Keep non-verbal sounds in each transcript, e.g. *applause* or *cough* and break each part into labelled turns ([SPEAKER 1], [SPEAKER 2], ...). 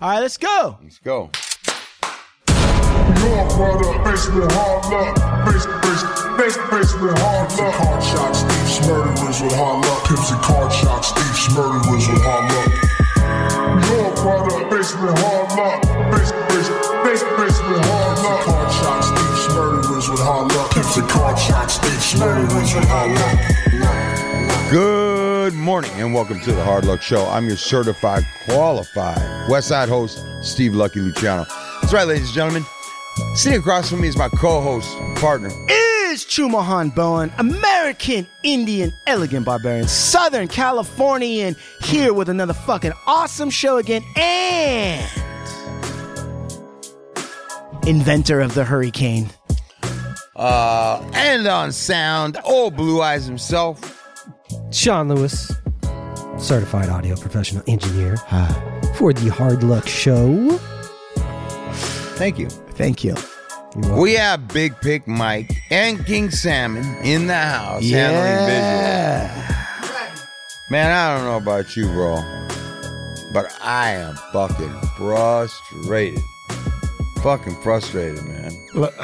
[SPEAKER 1] All right, let's go.
[SPEAKER 2] Let's go.
[SPEAKER 3] Your brother faced with hard luck. Face, face, face, face with hard luck. Card shots, thieves, murderers with hard luck. Pimps and card shots, thieves, murderers with hard luck. Your brother faced with hard luck. Face, face, face, face with hard luck. Card shots, thieves, murderers with hard luck. Pimps and card shots, thieves, murderers with hard luck.
[SPEAKER 2] Good morning and welcome to the Hard Luck Show. I'm your certified, qualified West Side host, Steve Lucky Luciano. That's right, ladies and gentlemen. Sitting across from me is my co-host, partner.
[SPEAKER 1] Is Chumahan Bowen, American, Indian, elegant barbarian, Southern Californian, here with another fucking awesome show again, and inventor of the hurricane.
[SPEAKER 2] Uh, and on sound, old Blue Eyes himself.
[SPEAKER 4] Sean Lewis, certified audio professional engineer for the Hard Luck Show.
[SPEAKER 2] Thank you.
[SPEAKER 1] Thank you.
[SPEAKER 2] We have Big Pick Mike and King Salmon in the house handling visual.
[SPEAKER 1] Yeah.
[SPEAKER 2] Man, I don't know about you, bro, but I am fucking frustrated. Fucking frustrated, man.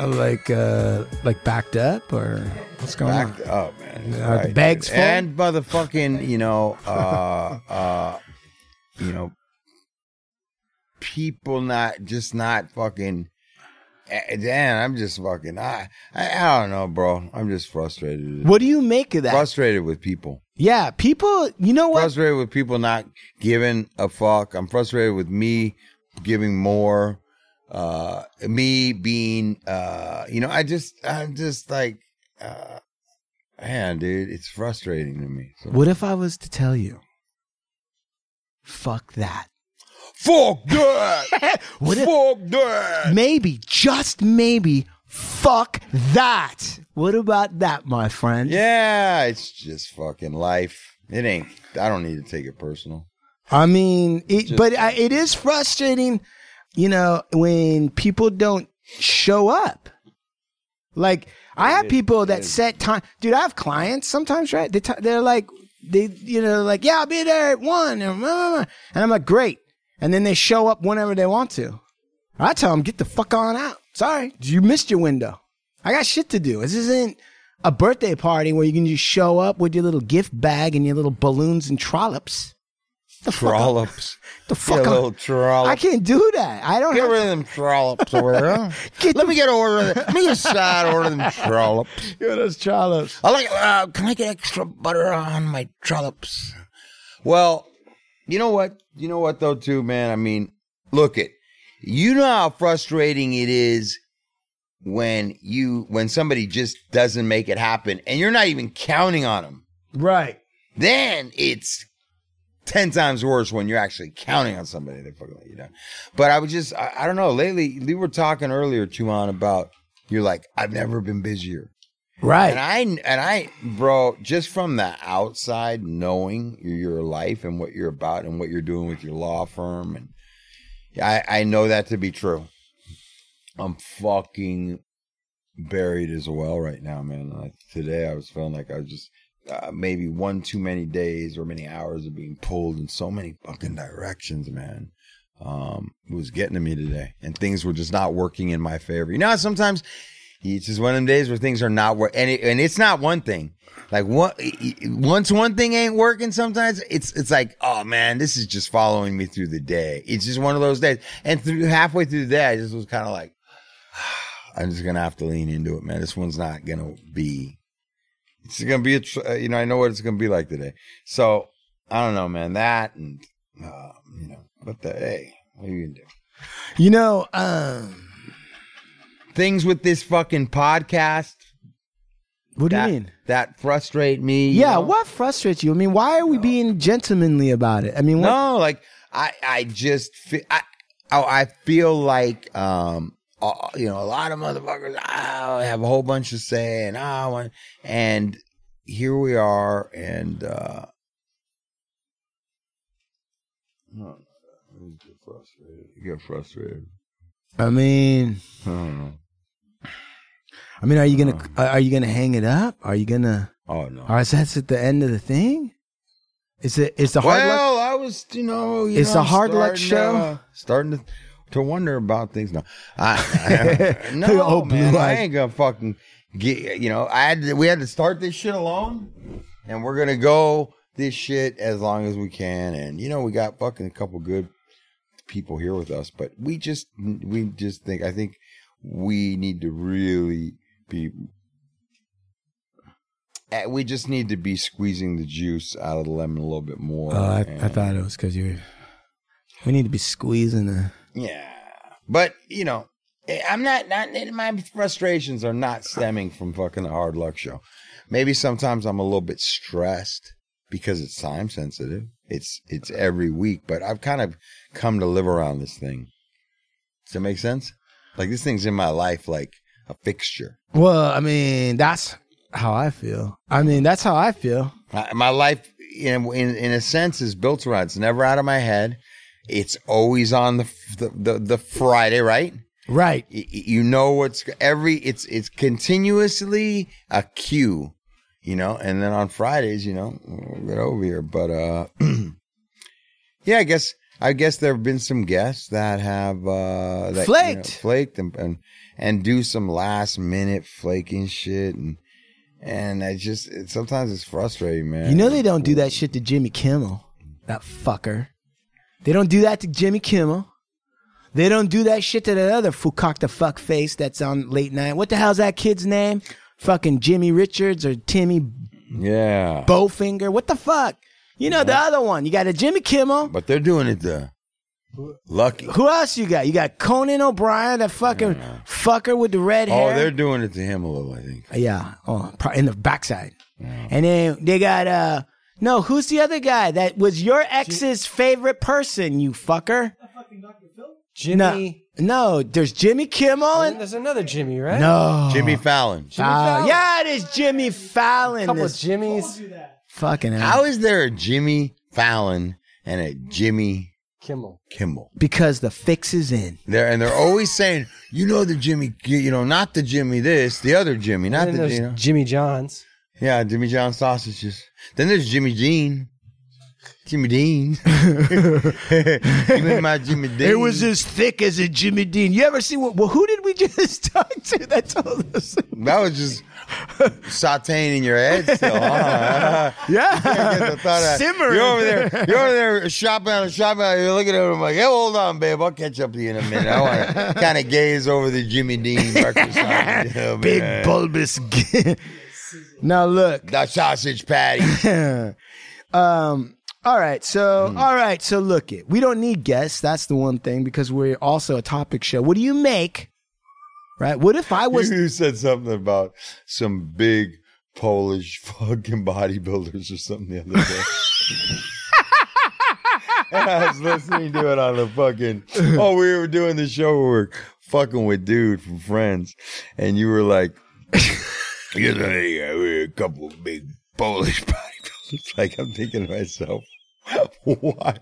[SPEAKER 5] like uh like backed up or what's going
[SPEAKER 2] Backed up, man.
[SPEAKER 5] Are the bags full?
[SPEAKER 2] and motherfucking, you know, uh, uh, you know, people not just not fucking. eh, Damn, I'm just fucking. I, I I don't know, bro. I'm just frustrated.
[SPEAKER 1] What do you make of that?
[SPEAKER 2] Frustrated with people.
[SPEAKER 1] yeah, people, you know what?
[SPEAKER 2] Frustrated with people not giving a fuck. I'm frustrated with me giving more. Uh, me being, uh, you know, I just, I'm just like, uh, man, dude, it's frustrating to me. So.
[SPEAKER 1] What if I was to tell you? Fuck that.
[SPEAKER 2] Fuck that!
[SPEAKER 1] *laughs* What if-
[SPEAKER 2] Fuck that!
[SPEAKER 1] Maybe, just maybe, fuck that. What about that, my friend?
[SPEAKER 2] Yeah, it's just fucking life. It ain't. I don't need to take it personal.
[SPEAKER 1] I mean, it,
[SPEAKER 2] Just-
[SPEAKER 1] but I, it is frustrating, you know, when people don't show up. Like I have people that set time, dude. I have clients sometimes, right? They t- they're like, they you know, like yeah, I'll be there at one, and, blah, blah, blah. and I'm like, great, and then they show up whenever they want to. I tell them, get the fuck on out. Sorry, you missed your window. I got shit to do. This isn't a birthday party where you can just show up with your little gift bag and your little balloons and trollops. The fuck up.
[SPEAKER 2] Trollops.
[SPEAKER 1] The
[SPEAKER 2] Get
[SPEAKER 1] fuck
[SPEAKER 2] a
[SPEAKER 1] up.
[SPEAKER 2] little trollop.
[SPEAKER 1] I can't do that. I don't
[SPEAKER 2] Get
[SPEAKER 1] have
[SPEAKER 2] rid of them
[SPEAKER 1] *laughs*
[SPEAKER 2] trollops over there.
[SPEAKER 1] Get
[SPEAKER 2] Let me get order. Of them. Let me get a side order
[SPEAKER 1] *laughs*
[SPEAKER 2] of them trollops.
[SPEAKER 1] you those trollops.
[SPEAKER 2] I like. Uh, can I get extra butter on my trollops? Well, you know what? You know what though, too, man. I mean, look it. You know how frustrating it is when you when somebody just doesn't make it happen, and you're not even counting on them.
[SPEAKER 1] Right.
[SPEAKER 2] Then it's ten times worse when you're actually counting on somebody to fucking let you down. But I was just, I, I don't know. Lately, we were talking earlier, Chuan, about you're like, I've never been busier.
[SPEAKER 1] Right.
[SPEAKER 2] And I and I, bro, just from the outside, knowing your life and what you're about and what you're doing with your law firm, and I, I know that to be true. I'm fucking buried as well right now, man. Like today, I was feeling like I was just uh, maybe one too many days or many hours of being pulled in so many fucking directions, man. Um, it was getting to me today, and things were just not working in my favor. You know, how sometimes It's just one of them days where things are not working, and, it, and it's not one thing. Like what, once one thing ain't working, sometimes it's it's like, oh man, this is just following me through the day. It's just one of those days. And through halfway through the day, I just was kind of like, *sighs* I'm just gonna have to lean into it, man. This one's not gonna be. It's gonna be a, tr- uh, you know, I know what it's gonna be like today. So I don't know, man. That and uh, you know, but the hey, what are you gonna do?
[SPEAKER 1] You know, um,
[SPEAKER 2] Things with this fucking podcast
[SPEAKER 1] what do
[SPEAKER 2] that,
[SPEAKER 1] you mean?
[SPEAKER 2] that frustrate me. you
[SPEAKER 1] Yeah,
[SPEAKER 2] know?
[SPEAKER 1] what frustrates you? I mean, why are we being gentlemanly about it? I mean, what,
[SPEAKER 2] No, like I, I just, fe- I, oh, I feel like, um, uh, you know, a lot of motherfuckers ah, have a whole bunch to say, and I want, and here we are, and uh, no, I just Hmm. get frustrated. I Get frustrated.
[SPEAKER 1] I mean,
[SPEAKER 2] I don't know.
[SPEAKER 1] I mean, are you gonna are you gonna hang it up? Are you gonna?
[SPEAKER 2] Oh no.
[SPEAKER 1] Or is that at the end of the thing? Is it? Is the hard luck?
[SPEAKER 2] well, I was, you know, you
[SPEAKER 1] It's
[SPEAKER 2] know,
[SPEAKER 1] a hard luck
[SPEAKER 2] starting
[SPEAKER 1] show.
[SPEAKER 2] To, uh, starting to to wonder about things. No,
[SPEAKER 1] *laughs*
[SPEAKER 2] I, I- no,
[SPEAKER 1] Oh,
[SPEAKER 2] man,
[SPEAKER 1] blue
[SPEAKER 2] I
[SPEAKER 1] eyes.
[SPEAKER 2] ain't gonna fucking get. You know, I had to, we had to start this shit alone, and we're gonna go this shit as long as we can. And you know, we got fucking a couple good people here with us, but we just we just think I think we need to really be eh, we just need to be squeezing the juice out of the lemon a little bit more.
[SPEAKER 1] Oh, I, I
[SPEAKER 2] and-
[SPEAKER 1] thought it was because you. were- We need to be squeezing the.
[SPEAKER 2] yeah, but you know, eh, I'm not not eh, my frustrations are not stemming from fucking the hard luck show. Maybe sometimes I'm a little bit stressed because it's time sensitive. It's it's every week, but I've kind of come to live around this thing. Does that make sense? Like this thing's in my life like a fixture.
[SPEAKER 1] Well, I mean, that's how I feel. I mean, that's how I feel.
[SPEAKER 2] I, my life, in, in in a sense, is built around. It's never out of my head. It's always on the f- the the, the Friday, right?
[SPEAKER 1] Right.
[SPEAKER 2] Y- y- You know what's every. It's it's continuously a cue, you know. And then on Fridays, you know, we'll get over here. But uh, *clears throat* yeah, I guess I guess there have been some guests that have uh that, you know,
[SPEAKER 1] Flaked.
[SPEAKER 2] flaked, and, and and do some last minute flaking shit and. And I just it, sometimes it's frustrating, man.
[SPEAKER 1] You know they don't do that shit to Jimmy Kimmel. That fucker. They don't do that to Jimmy Kimmel. They don't do that shit to that other fucock the fuck face that's on late night. What the hell's that kid's name? Fucking Jimmy Richards or Timmy
[SPEAKER 2] Yeah.
[SPEAKER 1] Bowfinger. What the fuck? You know the other one. You got a Jimmy Kimmel.
[SPEAKER 2] But they're doing it the lucky.
[SPEAKER 1] Who else you got? You got Conan O'Brien, that fucking fucker with the red
[SPEAKER 2] Oh,
[SPEAKER 1] hair.
[SPEAKER 2] they're doing it to him a little, I think.
[SPEAKER 1] Yeah, oh, pro- in the backside. And then they got uh no, who's the other guy that was your ex's favorite person, you fucker?
[SPEAKER 4] Jimmy.
[SPEAKER 1] No, no, there's Jimmy Kimmel
[SPEAKER 4] And
[SPEAKER 1] and
[SPEAKER 4] there's another Jimmy, right?
[SPEAKER 1] no.
[SPEAKER 2] Jimmy Fallon.
[SPEAKER 1] Uh,
[SPEAKER 4] Fallon.
[SPEAKER 1] yeah, it is Jimmy
[SPEAKER 4] A
[SPEAKER 1] Fallon.
[SPEAKER 4] couple of
[SPEAKER 1] This
[SPEAKER 4] Jimmys.
[SPEAKER 1] fucking
[SPEAKER 2] How
[SPEAKER 1] hell.
[SPEAKER 2] is there a Jimmy Fallon and a Jimmy
[SPEAKER 4] Kimmel.
[SPEAKER 2] Kimmel?
[SPEAKER 1] Because the fix is in.
[SPEAKER 2] They're, and they're always saying, you know, the Jimmy, you know, not the Jimmy this, the other Jimmy, not
[SPEAKER 4] And then
[SPEAKER 2] the, you
[SPEAKER 4] there's
[SPEAKER 2] know.
[SPEAKER 4] Jimmy Johns.
[SPEAKER 2] Yeah, Jimmy John sausages. Then there's Jimmy Jean. Jimmy Dean. *laughs* Give me my Jimmy Dean.
[SPEAKER 1] It was as thick as a Jimmy Dean. You ever see what? Well, who did we *laughs* just talk to? That's all this.
[SPEAKER 2] That was just sauteing in your head still, huh? I guess I thought that.
[SPEAKER 1] Simmering.
[SPEAKER 2] You're over there. You're over there shopping out, shopping out. You're looking at him like, "Hey, hold on, babe. I'll catch up to you in a minute. I
[SPEAKER 1] *laughs*
[SPEAKER 2] want to kind of gaze over the Jimmy Dean breakfast sausage. Yeah,
[SPEAKER 1] Big
[SPEAKER 2] man.
[SPEAKER 1] bulbous. *laughs* g- now look.
[SPEAKER 2] the sausage patty.
[SPEAKER 1] Um. All right. So.
[SPEAKER 2] Hmm.
[SPEAKER 1] All right. So look it. We don't need guests. That's the one thing because we're also a topic show. What do you make? Right. What if I
[SPEAKER 2] *laughs*
[SPEAKER 1] was?
[SPEAKER 2] you said something about some big Polish *laughs* fucking bodybuilders or something the other day. and I was listening to it on the fucking. Oh, we were doing the show where we were fucking with dude from Friends, and you were like, "You know, yeah, we're a couple of big Polish *laughs* bodybuilders." Like I'm thinking to myself, *laughs* why?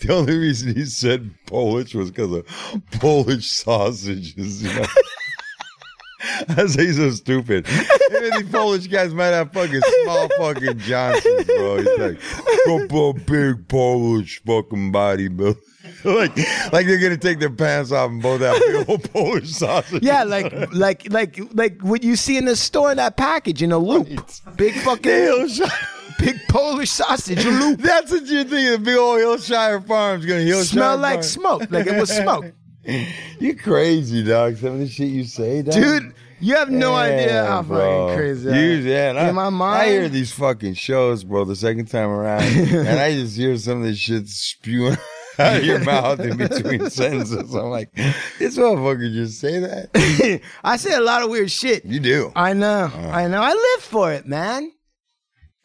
[SPEAKER 2] The only reason he said Polish was because of Polish sausages. You know? *laughs* That's he's so stupid. Even the Polish guys might have fucking small fucking Johnsons, bro. He's like, couple of big Polish fucking bodybuilders. *laughs* like, like they're gonna take their pants off and both that big old Polish sausage.
[SPEAKER 1] Yeah, like like like like what you see in the store in that package in a loop, big fucking
[SPEAKER 2] *laughs* Hillshire.
[SPEAKER 1] big Polish sausage loop.
[SPEAKER 2] That's what you're thinking. Big old Hillshire Farms gonna Hillshire
[SPEAKER 1] Smell like
[SPEAKER 2] Farms.
[SPEAKER 1] smoke, like it was smoke,
[SPEAKER 2] *laughs* You crazy dog? Some of the shit you say, dog.
[SPEAKER 1] dude. You have no idea how
[SPEAKER 2] bro.
[SPEAKER 1] fucking crazy. I
[SPEAKER 2] You,
[SPEAKER 1] am.
[SPEAKER 2] yeah, and I,
[SPEAKER 1] in my mind,
[SPEAKER 2] I hear these fucking shows, bro, the second time around, and I just hear some of this shit spewing *laughs* out of your mouth in between
[SPEAKER 1] *laughs*
[SPEAKER 2] sentences. I'm like, this motherfucker just say that?
[SPEAKER 1] *laughs* I say a lot of weird shit.
[SPEAKER 2] You do.
[SPEAKER 1] I know.
[SPEAKER 2] Uh.
[SPEAKER 1] I know. I live for it, man.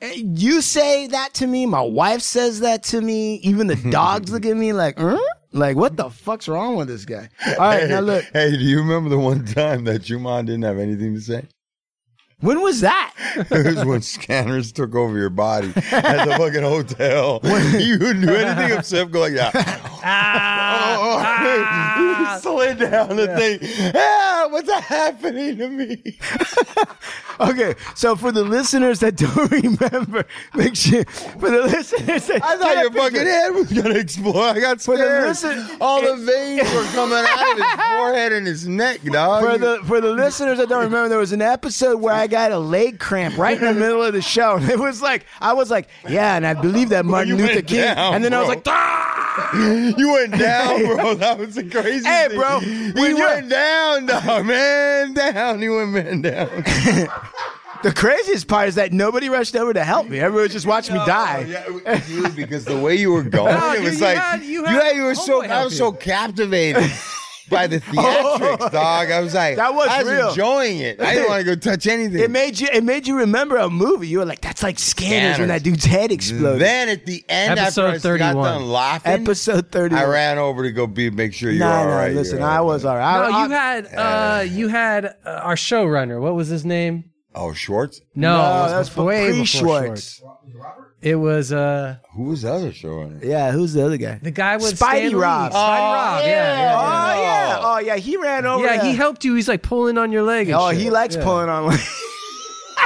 [SPEAKER 1] Eh, You say that to me. My wife says that to me. Even
[SPEAKER 2] *laughs*
[SPEAKER 1] the dogs look at me like, huh? like what the fuck's wrong with this guy? All right, now
[SPEAKER 2] *laughs*
[SPEAKER 1] look.
[SPEAKER 2] Hey, do you remember the one time that your mom didn't have anything to say?
[SPEAKER 1] When was that? *laughs*
[SPEAKER 2] It was when scanners took over your body at the
[SPEAKER 1] *laughs*
[SPEAKER 2] fucking hotel. you couldn't do anything except go like that. Ah, *laughs* slid down the thing. Ah, what's happening to me?
[SPEAKER 1] Okay, so for the listeners that don't *laughs* remember, make sure for the listeners that
[SPEAKER 2] I thought your fucking head was gonna explode. I got
[SPEAKER 1] the
[SPEAKER 2] scared.
[SPEAKER 1] listen-
[SPEAKER 2] All the veins were coming out of his forehead and his neck, dog.
[SPEAKER 1] For the for the listeners that don't remember, there was an episode where I got a leg cramp right in the middle of the show. *laughs* It was like I was like, yeah, and I believe that Martin
[SPEAKER 2] you
[SPEAKER 1] Luther
[SPEAKER 2] went
[SPEAKER 1] King,
[SPEAKER 2] down,
[SPEAKER 1] and then I was
[SPEAKER 2] bro.
[SPEAKER 1] like, ah!
[SPEAKER 2] *clears throat* you went down, bro. That was the craziest
[SPEAKER 1] Hey,
[SPEAKER 2] thing.
[SPEAKER 1] bro,
[SPEAKER 2] He
[SPEAKER 1] when
[SPEAKER 2] went,
[SPEAKER 1] you-
[SPEAKER 2] down, dog. Man down. He went man down.
[SPEAKER 1] *laughs* The craziest part is that nobody rushed over to help me. Everyone just watched me die.
[SPEAKER 2] Oh, Yeah, it- dude, because the way you
[SPEAKER 1] *laughs*
[SPEAKER 2] were going,
[SPEAKER 4] No,
[SPEAKER 2] it
[SPEAKER 4] dude,
[SPEAKER 2] was
[SPEAKER 4] you
[SPEAKER 2] like
[SPEAKER 4] had- you
[SPEAKER 2] you,
[SPEAKER 4] had
[SPEAKER 2] had- you were so
[SPEAKER 4] homeboy
[SPEAKER 2] I was so
[SPEAKER 1] *laughs*
[SPEAKER 4] help
[SPEAKER 2] captivated by the theatrics, dog. I was like,
[SPEAKER 1] Oh. That was
[SPEAKER 2] I was
[SPEAKER 1] real.
[SPEAKER 2] enjoying it. I didn't want to go touch anything.
[SPEAKER 1] It made you. It made you remember a movie. You were like, "That's like scanners, when
[SPEAKER 2] Scanners.
[SPEAKER 1] that dude's head exploded."
[SPEAKER 2] Then at the end,
[SPEAKER 4] Episode
[SPEAKER 2] after I got
[SPEAKER 4] 31.
[SPEAKER 2] done laughing,
[SPEAKER 1] Episode thirty.
[SPEAKER 2] I ran over to go be make sure you're
[SPEAKER 1] Nah,
[SPEAKER 2] all
[SPEAKER 1] nah,
[SPEAKER 2] right.
[SPEAKER 1] Listen,
[SPEAKER 2] You're
[SPEAKER 1] I was uh, all right. I,
[SPEAKER 4] No, you
[SPEAKER 1] I-
[SPEAKER 4] had uh, you had uh, our showrunner. What was his name?
[SPEAKER 2] Oh, Schwartz.
[SPEAKER 1] No,
[SPEAKER 4] No, it was
[SPEAKER 1] that was
[SPEAKER 4] before- way before
[SPEAKER 1] pre-Schwartz.
[SPEAKER 4] It was uh,
[SPEAKER 2] Who was the other
[SPEAKER 1] *laughs*
[SPEAKER 2] showrunner?
[SPEAKER 1] Yeah, who's the other guy?
[SPEAKER 4] the guy with
[SPEAKER 1] Spidey
[SPEAKER 4] Stan Lee.
[SPEAKER 1] Rob.
[SPEAKER 4] Spidey Rob.
[SPEAKER 1] Oh
[SPEAKER 4] Yeah, yeah,
[SPEAKER 1] yeah. Oh yeah. He ran over.
[SPEAKER 4] yeah.
[SPEAKER 1] to-
[SPEAKER 4] he helped you. He's like pulling on your leg. And
[SPEAKER 1] Oh,
[SPEAKER 4] shit.
[SPEAKER 1] he likes
[SPEAKER 4] Yeah.
[SPEAKER 1] pulling on.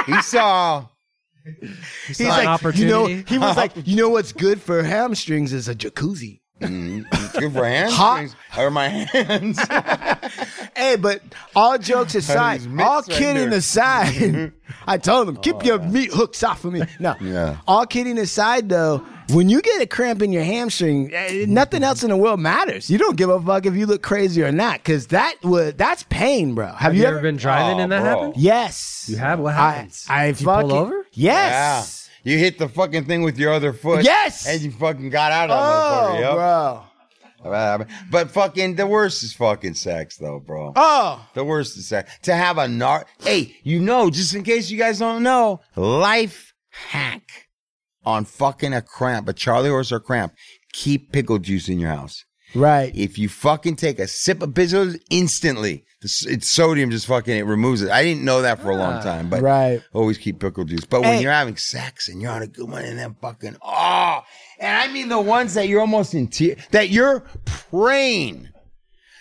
[SPEAKER 2] He saw.
[SPEAKER 4] He's
[SPEAKER 1] He's
[SPEAKER 4] like,
[SPEAKER 1] like, you
[SPEAKER 4] opportunity.
[SPEAKER 1] know, he
[SPEAKER 2] *laughs*
[SPEAKER 1] was like, you know what's good for hamstrings is a jacuzzi.
[SPEAKER 2] It's good for hands. Or
[SPEAKER 1] *laughs*
[SPEAKER 2] my hands.
[SPEAKER 1] Hey, but all
[SPEAKER 2] *laughs*
[SPEAKER 1] jokes aside,
[SPEAKER 2] these mitts
[SPEAKER 1] all
[SPEAKER 2] right
[SPEAKER 1] kidding
[SPEAKER 2] there. Oh.
[SPEAKER 1] aside, *laughs* I told him, keep your meat hooks off of me. No.
[SPEAKER 2] Yeah.
[SPEAKER 1] All kidding aside, though, when you get a cramp in your hamstring, eh, nothing else in the world matters. You don't give a fuck if you look crazy or not, because that was that's pain, bro. Have,
[SPEAKER 4] Have you ever been driving
[SPEAKER 2] Oh,
[SPEAKER 4] and that
[SPEAKER 2] bro.
[SPEAKER 4] happened?
[SPEAKER 1] Yes.
[SPEAKER 4] You have? What
[SPEAKER 1] I-
[SPEAKER 4] happens?
[SPEAKER 1] I,
[SPEAKER 4] Did you pull
[SPEAKER 1] fucking,
[SPEAKER 4] over?
[SPEAKER 2] yeah.
[SPEAKER 1] Yes.
[SPEAKER 2] You hit the fucking thing with your other foot.
[SPEAKER 1] Yes!
[SPEAKER 2] And you fucking got out of
[SPEAKER 1] Oh,
[SPEAKER 2] that motherfucker.
[SPEAKER 1] bro.
[SPEAKER 2] Yep. But fucking the worst is fucking sex though, bro.
[SPEAKER 1] Oh.
[SPEAKER 2] The worst is sex. To have a nar hey, you know, just in case you guys don't know, life hack on fucking a cramp, a Charlie horse or cramp. Keep pickle juice in your house.
[SPEAKER 1] Right.
[SPEAKER 2] If you fucking take a sip of pickle juice instantly, the s- it's sodium just fucking it removes it. I didn't know that for a long time, but
[SPEAKER 1] Right.
[SPEAKER 2] always keep pickle juice. But when
[SPEAKER 1] Hey.
[SPEAKER 2] you're having sex and you're on a good one and then fucking oh, and I mean the ones that you're almost in tears, that you're praying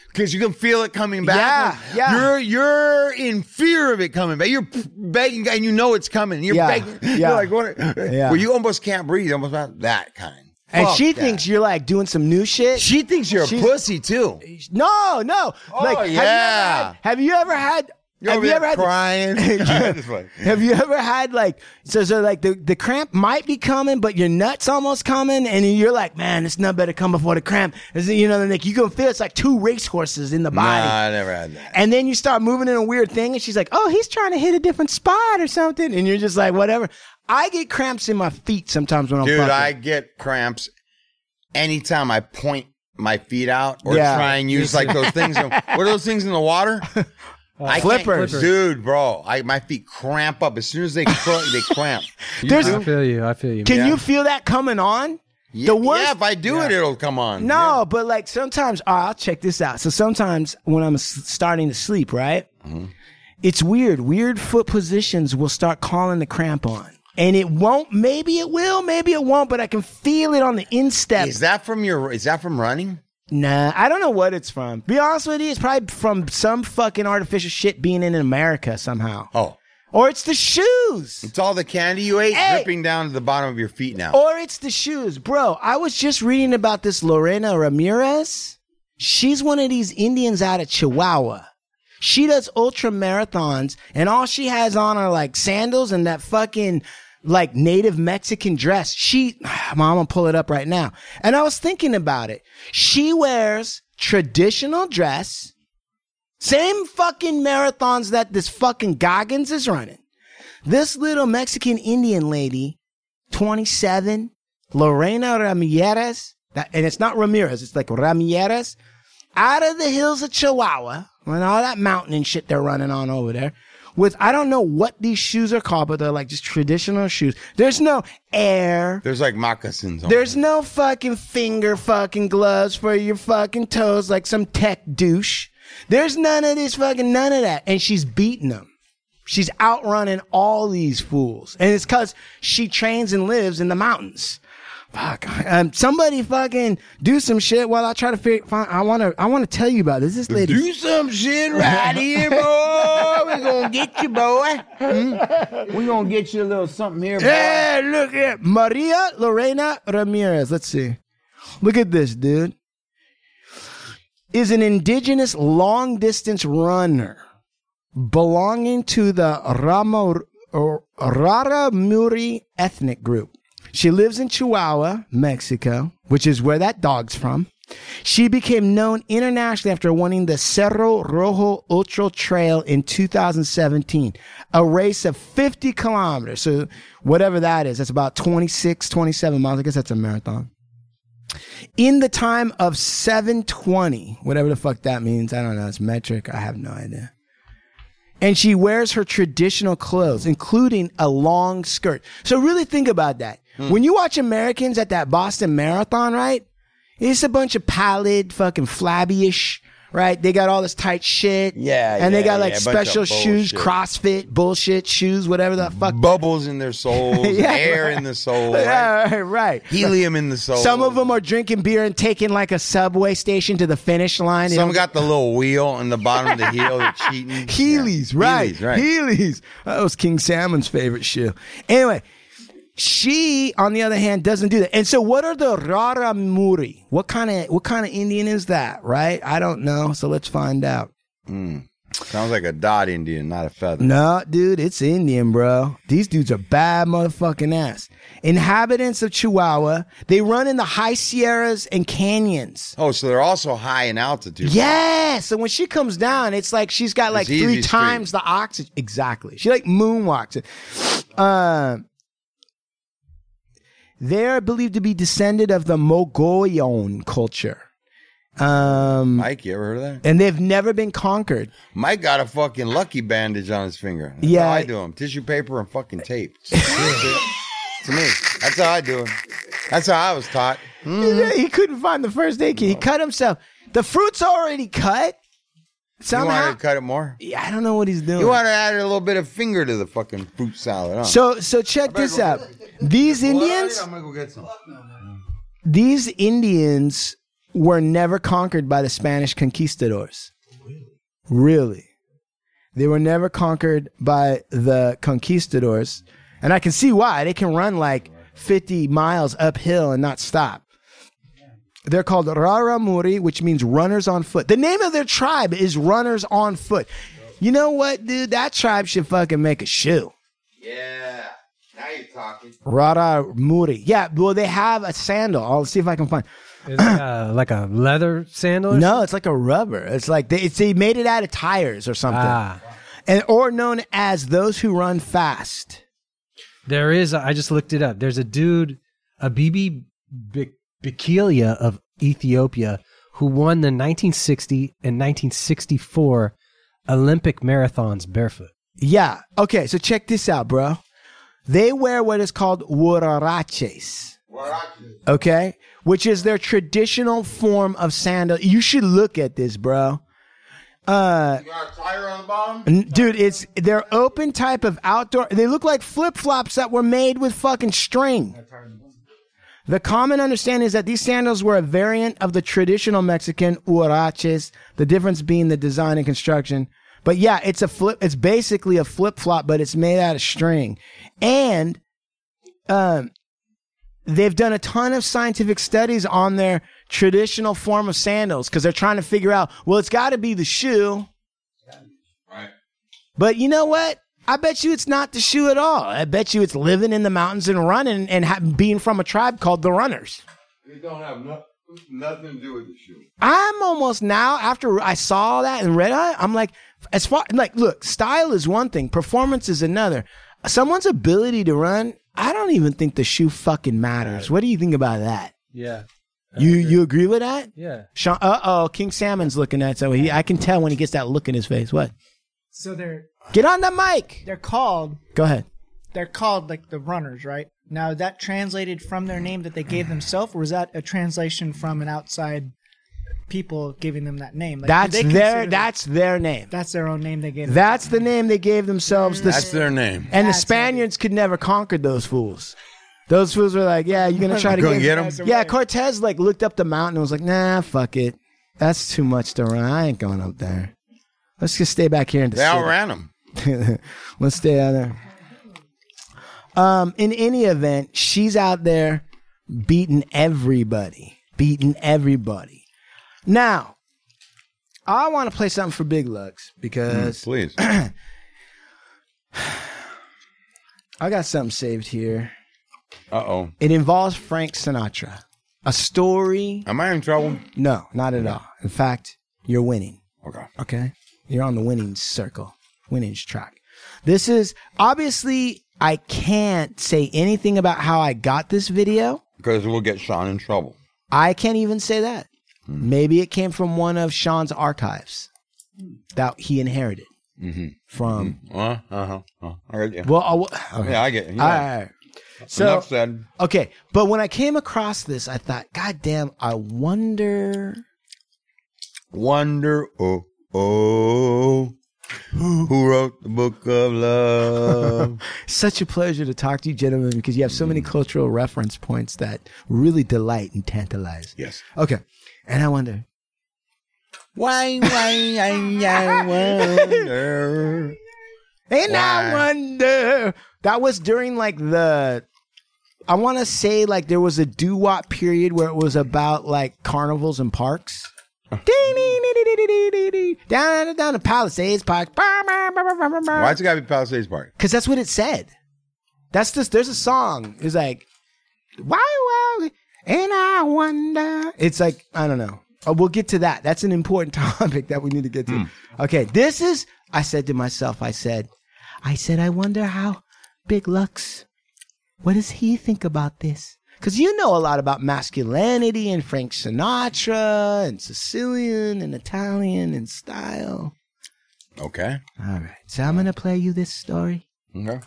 [SPEAKER 2] because you can feel it coming back.
[SPEAKER 1] Yeah, yeah.
[SPEAKER 2] You're you're in fear of it coming back. You're begging and you know it's coming. You're
[SPEAKER 1] Yeah,
[SPEAKER 2] begging. *laughs*
[SPEAKER 1] yeah.
[SPEAKER 2] You're like what?
[SPEAKER 1] Yeah.
[SPEAKER 2] Well, you almost can't breathe. Almost not that kind.
[SPEAKER 1] And
[SPEAKER 2] Fuck
[SPEAKER 1] she
[SPEAKER 2] that.
[SPEAKER 1] thinks you're like doing some new shit.
[SPEAKER 2] She thinks you're a
[SPEAKER 1] She's-
[SPEAKER 2] pussy too.
[SPEAKER 1] No, no. like, have you ever
[SPEAKER 2] yeah.
[SPEAKER 1] had- have you ever had?
[SPEAKER 2] You're
[SPEAKER 1] have
[SPEAKER 2] over
[SPEAKER 1] you
[SPEAKER 2] there
[SPEAKER 1] ever had? the-
[SPEAKER 2] crying? *laughs*
[SPEAKER 1] *laughs*
[SPEAKER 2] Just like-
[SPEAKER 1] have you ever had like so so like the, the cramp might be coming, but your nuts almost coming, and you're like, man, this nut better come before the cramp. And so, you know, like you can feel it's like two racehorses in the body.
[SPEAKER 2] Nah, I never had that.
[SPEAKER 1] And then you start moving in a weird thing, and she's like, "Oh, he's trying to hit a different spot or something," and you're just like, "Whatever." I get cramps in my feet sometimes when I'm
[SPEAKER 2] Dude,
[SPEAKER 1] fucking.
[SPEAKER 2] I get cramps anytime I point my feet out or
[SPEAKER 1] Yeah.
[SPEAKER 2] try and use like those things. In, what are those things in
[SPEAKER 1] *laughs*
[SPEAKER 2] the water? I can't-
[SPEAKER 1] flippers.
[SPEAKER 2] dude, bro. I my feet cramp up as soon as they cr-
[SPEAKER 1] *laughs*
[SPEAKER 2] they cramp. You
[SPEAKER 1] There's-
[SPEAKER 4] I feel you. I feel you.
[SPEAKER 1] Can
[SPEAKER 2] Yeah.
[SPEAKER 1] you feel that coming on?
[SPEAKER 2] Yeah,
[SPEAKER 1] the worst-
[SPEAKER 2] yeah, if I do it, it'll come on.
[SPEAKER 1] No, but like sometimes, oh, I'll check this out. So sometimes when I'm s- starting to sleep, right?
[SPEAKER 2] Mm-hmm.
[SPEAKER 1] It's weird. Weird foot positions will start calling the cramp on. And it won't, maybe it will, maybe it won't, but I can feel it on the
[SPEAKER 2] Yeah.
[SPEAKER 1] instep.
[SPEAKER 2] Is that from your? Is that from running?
[SPEAKER 1] nah, I don't know what it's from. Be honest with you, it's probably from some fucking artificial shit being in America somehow.
[SPEAKER 2] Oh,
[SPEAKER 1] Or it's the shoes.
[SPEAKER 2] It's all the candy you ate
[SPEAKER 1] Hey! Oh.
[SPEAKER 2] dripping down to the bottom of your feet now.
[SPEAKER 1] Or it's the shoes. Bro, I was just reading about this Lorena Ramirez. She's one of these Indians out of Chihuahua. She does ultra marathons and all she has on are like sandals and that fucking like native Mexican dress. She, *sighs* mom, I'm gonna pull it up right now. And I was thinking about it. She wears traditional dress, same fucking marathons that this fucking Goggins is running. This little Mexican Indian lady 27, Lorena Ramirez, that, and it's not Ramirez, it's like Ramirez, out of the hills of Chihuahua, and all that mountain and shit they're running on over there, with I don't know what these shoes are called, but they're like just traditional shoes. There's no air.
[SPEAKER 2] There's like moccasins on
[SPEAKER 1] There's no fucking finger fucking gloves for your fucking toes like some tech douche. There's none of this fucking none of that. And she's beating them. She's outrunning all these fools. And it's cause she trains and lives in the mountains. Fuck. Um, somebody fucking do some shit while I try to figure, find, I want to, I want to tell you about this. This
[SPEAKER 2] it.
[SPEAKER 1] lady.
[SPEAKER 2] Do some shit
[SPEAKER 1] *laughs*
[SPEAKER 2] right here, boy. We're gonna get you, boy. We're gonna get you a little something here, boy.
[SPEAKER 1] Hey, look at Maria Lorena Ramirez. Let's see. Look at this, dude. Is an indigenous long distance runner belonging to the Ramo, or Raramuri ethnic group. She lives in Chihuahua, Mexico, which is where that dog's from. She became known internationally after winning the Cerro Rojo Ultra Trail in 2017, a race of 50 kilometers. So, whatever that is, that's about 26, 27 miles. I guess that's a marathon. In the time of 720, whatever the fuck that means. I don't know. It's metric. I have no idea. And she wears her traditional clothes, including a long skirt. So, really think about that.
[SPEAKER 2] Hmm.
[SPEAKER 1] When you watch Americans at that Boston Marathon, right? It's a bunch of pallid, fucking flabbyish, right? They got all this tight shit.
[SPEAKER 2] Yeah,
[SPEAKER 1] And they
[SPEAKER 2] yeah,
[SPEAKER 1] got like
[SPEAKER 2] yeah, a bunch
[SPEAKER 1] special
[SPEAKER 2] of
[SPEAKER 1] shoes,
[SPEAKER 2] bullshit.
[SPEAKER 1] CrossFit, bullshit shoes, whatever the fuck.
[SPEAKER 2] Bubbles in their souls,
[SPEAKER 1] *laughs* Yeah,
[SPEAKER 2] air
[SPEAKER 1] right.
[SPEAKER 2] in the soul, right?
[SPEAKER 1] Yeah, *laughs* right.
[SPEAKER 2] helium in the soul.
[SPEAKER 1] Some of them are drinking beer and taking like a subway station to the finish line. They
[SPEAKER 2] Some
[SPEAKER 1] don't-
[SPEAKER 2] got the little wheel in the bottom of the heel. They're
[SPEAKER 1] *laughs*
[SPEAKER 2] cheating.
[SPEAKER 1] Heelys,
[SPEAKER 2] Yeah.
[SPEAKER 1] right.
[SPEAKER 2] Heelys,
[SPEAKER 1] Heelys,
[SPEAKER 2] right.
[SPEAKER 1] That was King Salmon's favorite shoe. Anyway, she, on the other hand, doesn't do that. And so what are the Rara Muri? What kind of what kind of Indian is that, right? I don't know. So let's find out.
[SPEAKER 2] Hmm. Sounds like a dot Indian, not a feather.
[SPEAKER 1] No, dude, it's Indian, bro. These dudes are bad motherfucking ass. Inhabitants of Chihuahua, they run in the high Sierras and canyons.
[SPEAKER 2] Oh, so they're also high in altitude.
[SPEAKER 1] Yeah. So when she comes down, it's like she's got like
[SPEAKER 2] easy
[SPEAKER 1] three
[SPEAKER 2] street.
[SPEAKER 1] times the oxygen. Exactly. She like moonwalks it. Um, they are believed to be descended of the Mogollon culture. Um,
[SPEAKER 2] Mike, you ever heard of that?
[SPEAKER 1] and they've never been conquered.
[SPEAKER 2] Mike got a fucking lucky bandage on his finger. That's
[SPEAKER 1] Yeah.
[SPEAKER 2] how I do him. Tissue paper and fucking tape. *laughs* to me, that's how I do him. That's how I was taught. Hmm? Mm-hmm.
[SPEAKER 1] Yeah, He couldn't find the first aid kit. He cut himself. The fruit's already cut.
[SPEAKER 2] You want
[SPEAKER 1] Somehow,
[SPEAKER 2] to cut it more?
[SPEAKER 1] Yeah, I don't know what he's doing.
[SPEAKER 2] You want to add a little bit of finger to the fucking fruit salad, huh?
[SPEAKER 1] so, so check this out. These Indians.
[SPEAKER 2] I'm gonna go get some.
[SPEAKER 1] these Indians were never conquered by the Spanish conquistadors. Really? They were never conquered by the conquistadors. And I can see why. They can run like 50 miles uphill and not stop. They're called Raramuri, which means runners on foot. The name of their tribe is Runners on Foot. You know what, dude? That tribe should fucking make a shoe.
[SPEAKER 2] Yeah. Now you're talking.
[SPEAKER 1] Rara Muri. Yeah, well, they have a sandal. I'll see if I can find.
[SPEAKER 4] Is it, uh, like a leather sandal? or
[SPEAKER 1] No, it's like a rubber. It's like they, it's, they made it out of tires or something,
[SPEAKER 4] something? Ah,
[SPEAKER 1] and or known as those who run fast.
[SPEAKER 4] there is. I just looked it up. There's a dude, a BB Bi- Bikilia of Ethiopia, who won the 1960 and 1964 Olympic marathons barefoot.
[SPEAKER 1] Yeah. Okay. So check this out, bro. They wear what is called huaraches. Okay, which is their traditional form of sandal. You should look at this, bro. Uh,
[SPEAKER 2] You got a tire on the bottom?
[SPEAKER 1] N- Dude, it's they're open type of outdoor. They look like flip flops that were made with fucking string. The common understanding is that these sandals were a variant of the traditional Mexican huaraches, the difference being the design and construction. But yeah, it's a flip. It's basically a flip flop, but it's made out of string, and um, they've done a ton of scientific studies on their traditional form of sandals because they're trying to figure out. Well, it's got to be the shoe, right? But you know what? I bet you it's not the shoe at all. I bet you it's living in the mountains and running and ha- being from a tribe called the Runners.
[SPEAKER 2] It don't have no, nothing to do with the shoe.
[SPEAKER 1] I'm almost now after I saw that and read it, I'm like, as far like, look, style is one thing, performance is another. Someone's ability to run, I don't even think the shoe fucking matters. What do you think about that?
[SPEAKER 4] Yeah.
[SPEAKER 1] You you agree with that?
[SPEAKER 4] Yeah.
[SPEAKER 1] Sean, uh oh, King Salmon's looking at so he I can tell when he gets that look in his face. What?
[SPEAKER 6] So they're
[SPEAKER 1] Get on the mic.
[SPEAKER 6] they're called
[SPEAKER 1] Go ahead.
[SPEAKER 6] they're called like the runners, right? Now is that translated from their name that they gave themselves, or is that a translation from an outside people giving them that name? Like, do
[SPEAKER 1] That's
[SPEAKER 6] they
[SPEAKER 1] their
[SPEAKER 6] consider-
[SPEAKER 1] that's their name.
[SPEAKER 6] that's their own name they gave. them.
[SPEAKER 1] That's the name they gave themselves. The
[SPEAKER 2] That's their name.
[SPEAKER 1] And the
[SPEAKER 6] That's what it
[SPEAKER 1] Spaniards could never conquer those fools. Those fools were like, "Yeah, you're
[SPEAKER 2] *laughs*
[SPEAKER 1] gonna try to
[SPEAKER 2] Go
[SPEAKER 1] get,
[SPEAKER 2] get 'em?
[SPEAKER 1] Yeah, Cortez like looked up the mountain and was like, "Nah, fuck it, that's too much to run. I ain't going up there. Let's just stay back here in the
[SPEAKER 2] They outran him.
[SPEAKER 1] city. *laughs* Let's stay out there." Um, in any event, she's out there beating everybody, beating everybody. Now, I want to play something for Big Lux because
[SPEAKER 2] Please.
[SPEAKER 1] I got something saved here.
[SPEAKER 2] Uh oh.
[SPEAKER 1] It involves Frank Sinatra. A story?
[SPEAKER 2] Am I in trouble?
[SPEAKER 1] No, not at all. In fact, you're winning.
[SPEAKER 2] Okay.
[SPEAKER 1] Okay. You're on the winning circle, winning track. This is obviously, I can't say anything about how I got this video.
[SPEAKER 2] Because we'll get Sean in trouble.
[SPEAKER 1] I can't even say that. Maybe it came from one of Sean's archives that he inherited from.
[SPEAKER 2] Uh huh. Uh, I get you.
[SPEAKER 1] Well, I will- okay.
[SPEAKER 2] yeah, I get you. Yeah.
[SPEAKER 1] all right. all right. So,
[SPEAKER 2] Enough said.
[SPEAKER 1] Okay, but when I came across this, I thought, God damn, I wonder.
[SPEAKER 2] Wonder, oh, oh, who wrote the book of love?
[SPEAKER 1] Such a pleasure to talk to you, gentlemen, because you have so
[SPEAKER 2] Mm.
[SPEAKER 1] many cultural reference points that really delight and tantalize.
[SPEAKER 2] *laughs* yes.
[SPEAKER 1] Okay, and I wonder.
[SPEAKER 2] Why, *laughs* why, I, I wonder.
[SPEAKER 1] And I
[SPEAKER 2] Why?
[SPEAKER 1] wonder. That was during like the. I want to say like there was a doo wop period where it was about like carnivals and parks. Ding, ding, ding, ding, ding, ding, ding, ding. Down, down the Palisades Park. Why
[SPEAKER 2] Why's it got to be Palisades Park?
[SPEAKER 1] Cause that's what it said. That's just there's a song. It's like why wow and I wonder. It's like I don't know. Uh, we'll get to that. That's an important *laughs* topic that we need to get to. Okay, this is. I said to myself. I said, I said. I wonder how Big Lux. What does he think about this? Because you know a lot about masculinity and Frank Sinatra and Sicilian and Italian and style.
[SPEAKER 2] Okay.
[SPEAKER 1] All right. So I'm going to play you this story.
[SPEAKER 2] Okay.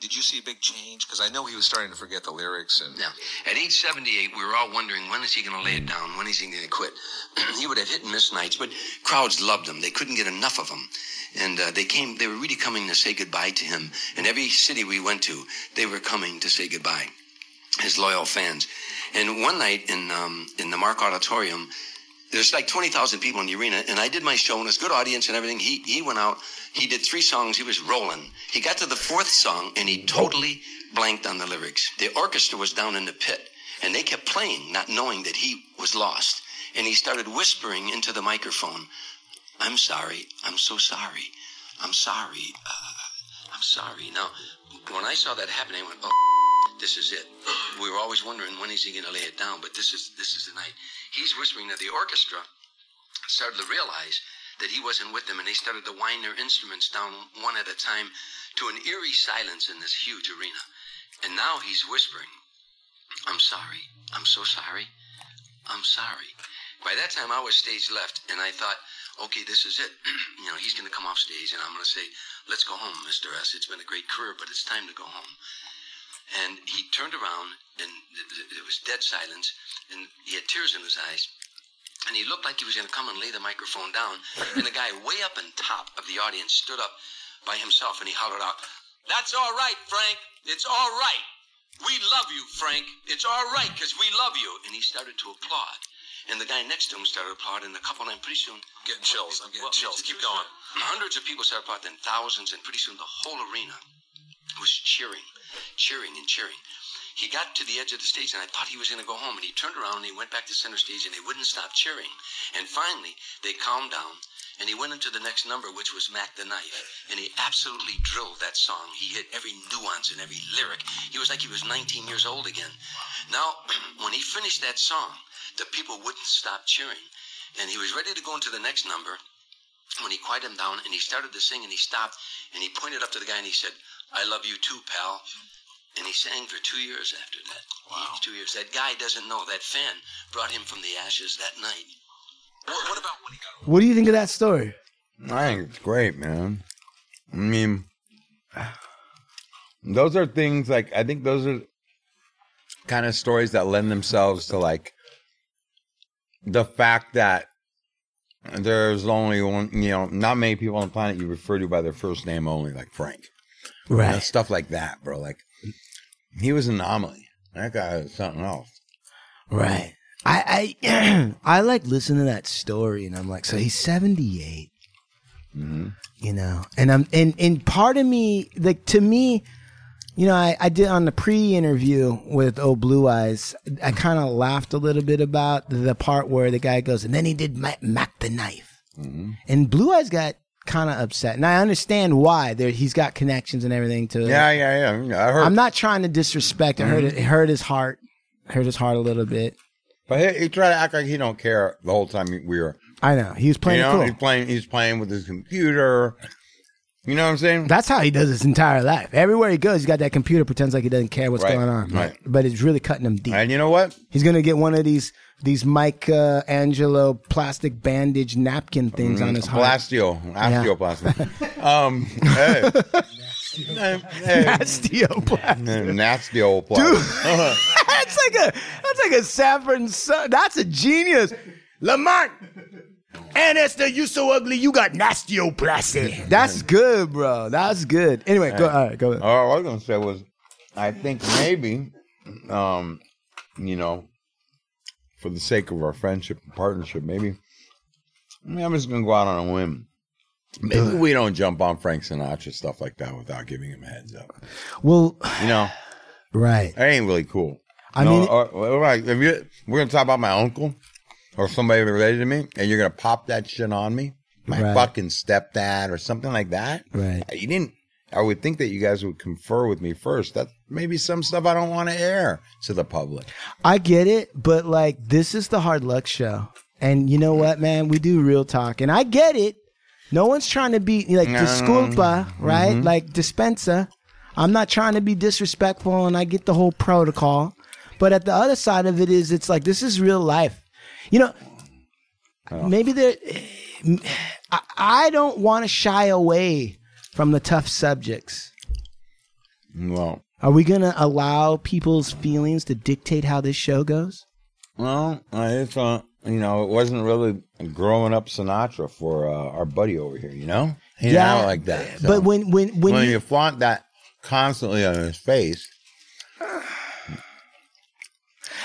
[SPEAKER 7] Did you see a big change? Because I know he was starting to forget the lyrics and.
[SPEAKER 8] Now, at age 78, we were all wondering when is he going to lay it down? When is he going to quit? *clears throat* he would have hit and miss nights, but crowds loved him. They couldn't get enough of him. And uh, they came, they were really coming to say goodbye to him. And every city we went to, they were coming to say goodbye, his loyal fans. And one night in, um, in the Mark Auditorium, there's like 20,000 people in the arena, and I did my show, and it was a good audience and everything. He, he went out, he did three songs, he was rolling. He got to the fourth song, and he totally blanked on the lyrics. The orchestra was down in the pit, and they kept playing, not knowing that he was lost. And he started whispering into the microphone, I'm sorry, I'm so sorry, I'm sorry, uh, I'm sorry. Now, when I saw that happen, I went, oh this is it. We were always wondering when is he going to lay it down, but this is this is the night. He's whispering to the orchestra. Started to realize that he wasn't with them, and they started to wind their instruments down one at a time to an eerie silence in this huge arena. And now he's whispering, "I'm sorry. I'm so sorry. I'm sorry." By that time, I was stage left, and I thought, "Okay, this is it. *clears throat* you know, he's going to come off stage, and I'm going to say." Let's go home, Mr. S. It's been a great career, but it's time to go home and he turned around and th- th- there was dead silence and he had tears in his eyes and he looked like he was going to come and lay the microphone down and the guy way up on top of the audience stood up by himself and he hollered out that's all right frank it's all right we love you frank it's all right because we love you and he started to applaud And the guy next to him started applauding. A couple, and I'm pretty soon
[SPEAKER 7] Getting chills. I'm getting chills. Keep going.
[SPEAKER 8] uh, Hundreds of people started applauding, thousands, and pretty soon the whole arena was cheering, cheering, and cheering. He got to the edge of the stage, and I thought he was going to go home. And he turned around and he went back to center stage, and they wouldn't stop cheering. And finally, they calmed down, and he went into the next number, which was Mac the Knife. And he absolutely drilled that song. He hit every nuance and every lyric. He was like he was 19 years old again. Now, *clears throat* when he finished that song, the people wouldn't stop cheering. And he was ready to go into the next number when he quieted him down and he started to sing and he stopped and he pointed up to the guy and he said, I love you too, pal. And he sang for two years after that. Wow. Two years. That guy doesn't know. That fan brought him from the ashes that night.
[SPEAKER 7] What, what about when he
[SPEAKER 5] What do you think of that story?
[SPEAKER 2] I think it's great, man. I mean, those are things like I think those are kind of stories that lend themselves to like the fact that there's only one, you know, not many people on the planet you refer to by their first name only, like Frank. You know, stuff like that, bro. Like he was an anomaly. That guy was something else.
[SPEAKER 5] Right.
[SPEAKER 1] I I *clears throat* I like listen to that story and I'm like, so he's 78.
[SPEAKER 5] Mm-hmm.
[SPEAKER 1] You know, and I'm and and part of me like to me, you know, I I did on the pre-interview with Oh Blue Eyes, I kind of laughed a little bit about the part where the guy goes, and then he did Mac, Mac the knife,
[SPEAKER 5] Mm-hmm.
[SPEAKER 1] and Blue Eyes got kind of upset, and I understand why. There, he's got connections and everything to
[SPEAKER 2] Yeah, yeah, yeah. I heard.
[SPEAKER 1] I'm not trying to disrespect. I heard
[SPEAKER 2] Mm-hmm.
[SPEAKER 1] it, it hurt his heart, hurt his heart a little bit.
[SPEAKER 2] but he, he tried to act like he don't care the whole time we were.
[SPEAKER 1] I know he was playing
[SPEAKER 2] you
[SPEAKER 1] it
[SPEAKER 2] know,
[SPEAKER 1] cool.
[SPEAKER 2] he's playing. He's playing with his computer. You know what I'm saying?
[SPEAKER 1] That's how he does his entire life. Everywhere he goes, he's got that computer, pretends like he doesn't care what's
[SPEAKER 2] Right,
[SPEAKER 1] going on.
[SPEAKER 2] right.
[SPEAKER 1] But it's really cutting him deep.
[SPEAKER 2] and you know what?
[SPEAKER 1] He's gonna get one of these these Mike uh, Angelo plastic bandage napkin things
[SPEAKER 2] Mm-hmm.
[SPEAKER 1] on his *laughs* heart.
[SPEAKER 2] Blastio, osteoplasty. um,
[SPEAKER 1] *laughs*
[SPEAKER 2] hey. hey.
[SPEAKER 1] Osteoplasty.
[SPEAKER 2] Nastioplast.
[SPEAKER 1] that's like a that's like a Saffron son. That's a genius. Lamont. And Esther, you so ugly, you got nastioplasty. That's good, bro. That's good. Anyway, go all right, go.
[SPEAKER 2] All I was gonna say was, I think maybe, um, you know, for the sake of our friendship and partnership, maybe. I mean, I'm just gonna go out on a whim. Maybe we don't jump on Frank Sinatra stuff like that without giving him a heads up.
[SPEAKER 1] Well,
[SPEAKER 2] You know,
[SPEAKER 1] right.
[SPEAKER 2] that ain't really cool.
[SPEAKER 1] I
[SPEAKER 2] No,
[SPEAKER 1] mean-
[SPEAKER 2] or, or like, if you, we're gonna talk about my uncle or somebody related to me, and you're gonna pop that shit on me, my
[SPEAKER 1] Right.
[SPEAKER 2] fucking stepdad or something like that.
[SPEAKER 1] Right.
[SPEAKER 2] You didn't. I would think that you guys would confer with me first. That maybe some stuff I don't want to air to the public.
[SPEAKER 1] I get it, but like this is the hard luck show. And you know what, man? We do real talk. And I get it. No one's trying to be like disculpa, right? Like dispensa. I'm not trying to be disrespectful and I get the whole protocol. But at the other side of it is it's like this is real life. You know, maybe there I, I don't want to shy away from the tough subjects.
[SPEAKER 2] Well,
[SPEAKER 1] Are we going to allow people's feelings to dictate how this show goes?
[SPEAKER 2] well, I just uh, you know, it wasn't really growing up Sinatra for uh, our buddy over here. You know, He didn't have it like that. so.
[SPEAKER 1] But when when when,
[SPEAKER 2] when,
[SPEAKER 1] you,
[SPEAKER 2] you flaunt that constantly on his face,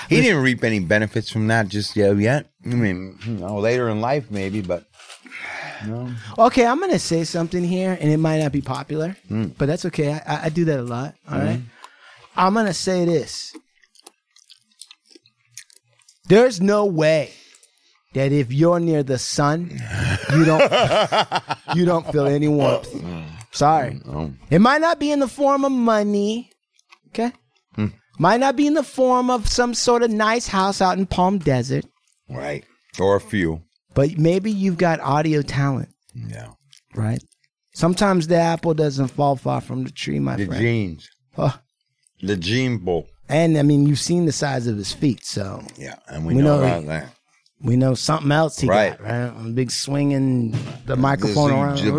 [SPEAKER 2] he didn't reap any benefits from that just yet. Yet, I mean, you know, later in life maybe, but
[SPEAKER 1] okay, I'm gonna say something here, and it might not be popular, but that's okay. I- I, I do that a lot. All right? I'm gonna say this. There's no way that if you're near the sun, you don't you don't feel any warmth. Sorry, it might not be in the form of money. Okay, might not be in the form of some sort of nice house out in Palm Desert,
[SPEAKER 2] right or a few,
[SPEAKER 1] but maybe you've got audio talent.
[SPEAKER 2] yeah,
[SPEAKER 1] right? Sometimes the apple doesn't fall far from the tree, my
[SPEAKER 2] the
[SPEAKER 1] friend.
[SPEAKER 2] jeans,
[SPEAKER 1] Oh,
[SPEAKER 2] the jean bowl,
[SPEAKER 1] and I mean, you've seen the size of his feet, so
[SPEAKER 2] yeah, and we,
[SPEAKER 1] We
[SPEAKER 2] know,
[SPEAKER 1] know
[SPEAKER 2] about
[SPEAKER 1] he-
[SPEAKER 2] that.
[SPEAKER 1] we know something else he
[SPEAKER 2] Right.
[SPEAKER 1] got, right? A big swinging the microphone around. Hey,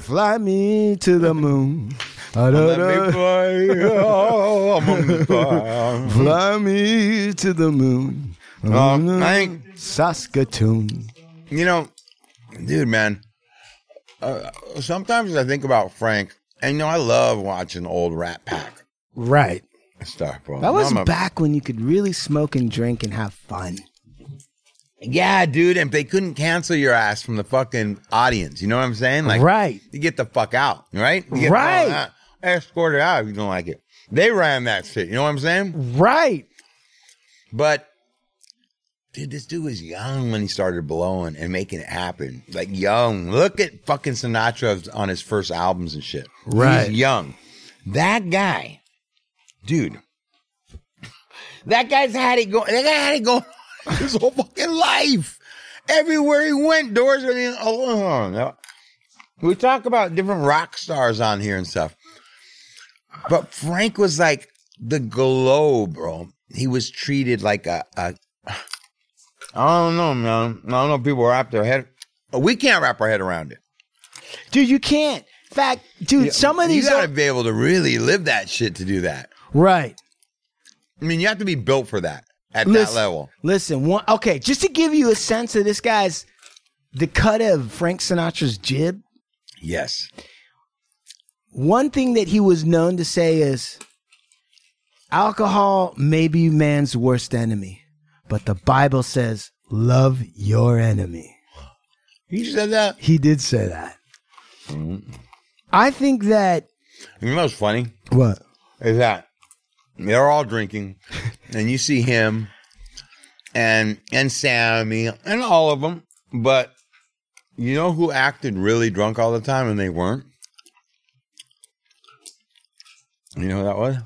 [SPEAKER 1] fly me to the moon. Da-da-da.
[SPEAKER 2] *laughs*
[SPEAKER 1] Fly me to the moon.
[SPEAKER 2] Um, I think
[SPEAKER 1] Saskatoon.
[SPEAKER 2] You know, dude, man. Uh, sometimes I think about Frank, and you know, I love watching old Rat Pack.
[SPEAKER 5] Right.
[SPEAKER 2] Star Pro.
[SPEAKER 1] That was
[SPEAKER 2] I'm a-
[SPEAKER 1] back when you could really smoke and drink and have fun.
[SPEAKER 2] Yeah, dude. And if they couldn't cancel your ass from the fucking audience, you know what I'm saying? Like,
[SPEAKER 1] Right.
[SPEAKER 2] You get the fuck out, right? You get the
[SPEAKER 1] Right.
[SPEAKER 2] hell out. Escort her out if you don't like it. They ran that shit. You know what I'm saying?
[SPEAKER 1] Right.
[SPEAKER 2] But dude, this dude was young when he started blowing and making it happen. Like young. Look at fucking Sinatra on his first albums and shit.
[SPEAKER 5] Right.
[SPEAKER 2] He's young. That guy, dude. That guy's had it going. That guy had it going *laughs* his whole fucking life. Everywhere he went, doors are in. Oh, no. We talk about different rock stars on here and stuff. But Frank was like the glow, bro. He was treated like a, a *sighs* I don't know, man. I don't know if people wrap their head. We can't wrap our head around it.
[SPEAKER 1] Dude, you can't. Fact, dude, some of
[SPEAKER 2] You
[SPEAKER 1] these
[SPEAKER 2] gotta
[SPEAKER 1] are
[SPEAKER 2] be able to really live that shit to do that.
[SPEAKER 1] right.
[SPEAKER 2] I mean, you have to be built for that at that level.
[SPEAKER 1] Listen, one okay, just to give you a sense of this guy's the cut of Frank Sinatra's jib,
[SPEAKER 2] Yes.
[SPEAKER 1] one thing that he was known to say is alcohol may be man's worst enemy, but the Bible says love your enemy.
[SPEAKER 2] You said that.
[SPEAKER 1] He did say that.
[SPEAKER 2] Mm-hmm.
[SPEAKER 1] I think that
[SPEAKER 2] You know what's funny?
[SPEAKER 1] what?
[SPEAKER 2] is that they're all drinking, and you see him and and Sammy and all of them, but you know who acted really drunk all the time and they weren't. You know who that was?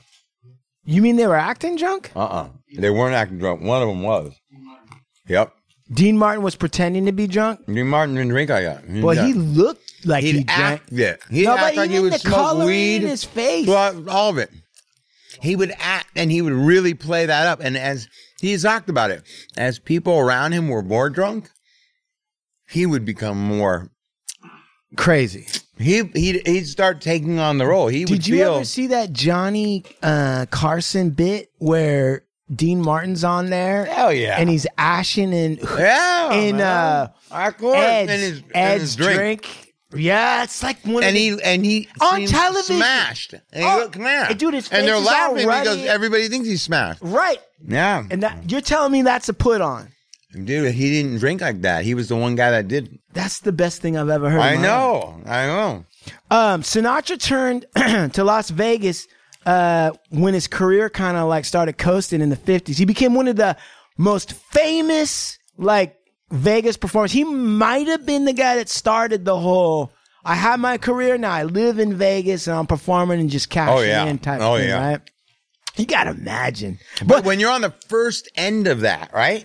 [SPEAKER 1] You mean they were acting drunk?
[SPEAKER 2] Uh uh They weren't acting drunk. One of them was. Yep.
[SPEAKER 1] Dean Martin was pretending to be drunk.
[SPEAKER 2] Dean Martin didn't drink like that.
[SPEAKER 1] Well, he looked like
[SPEAKER 2] He'd
[SPEAKER 1] he drank.
[SPEAKER 2] act it. He'd
[SPEAKER 1] No, but
[SPEAKER 2] act like he
[SPEAKER 1] even
[SPEAKER 2] would
[SPEAKER 1] the
[SPEAKER 2] smoke
[SPEAKER 1] coloring
[SPEAKER 2] weed.
[SPEAKER 1] in his face.
[SPEAKER 2] Well, uh, all of it. He would act and he would really play that up. And as he's talked about it, as people around him were more drunk, he would become more.
[SPEAKER 1] Crazy.
[SPEAKER 2] He he'd, he'd start taking on the role. He would
[SPEAKER 1] Did you
[SPEAKER 2] feel
[SPEAKER 1] ever see that Johnny uh, Carson bit where Dean Martin's on there?
[SPEAKER 2] Hell yeah.
[SPEAKER 1] And he's ashing and
[SPEAKER 2] yeah
[SPEAKER 1] in, uh,
[SPEAKER 2] of course
[SPEAKER 1] Ed's,
[SPEAKER 2] and his, and
[SPEAKER 1] Ed's
[SPEAKER 2] his
[SPEAKER 1] drink.
[SPEAKER 2] drink.
[SPEAKER 1] Yeah, it's like one
[SPEAKER 2] And
[SPEAKER 1] of the-
[SPEAKER 2] he and he
[SPEAKER 1] On
[SPEAKER 2] seems
[SPEAKER 1] television.
[SPEAKER 2] smashed. And he
[SPEAKER 1] Oh,
[SPEAKER 2] looked mad.
[SPEAKER 1] dude, his
[SPEAKER 2] and they're
[SPEAKER 1] face is
[SPEAKER 2] laughing
[SPEAKER 1] all
[SPEAKER 2] because
[SPEAKER 1] ruddy.
[SPEAKER 2] everybody thinks he's smashed.
[SPEAKER 1] right.
[SPEAKER 2] Yeah,
[SPEAKER 1] And that you're telling me that's a put on.
[SPEAKER 2] dude, he didn't drink like that. He was the one guy that did.
[SPEAKER 1] That's the best thing I've ever heard. in my
[SPEAKER 2] I
[SPEAKER 1] life.
[SPEAKER 2] know, I know.
[SPEAKER 1] Um, Sinatra turned *clears throat* to Las Vegas uh, when his career kind of like started coasting in the fifties. He became one of the most famous like Vegas performers. He might have been the guy that started the whole. I have my career now. I live in Vegas and I'm performing and just cashing
[SPEAKER 2] yeah.
[SPEAKER 1] in type
[SPEAKER 2] Oh,
[SPEAKER 1] thing,
[SPEAKER 2] yeah.
[SPEAKER 1] right? You gotta imagine.
[SPEAKER 2] But when you're on the first end of
[SPEAKER 1] *sighs*
[SPEAKER 2] that, right?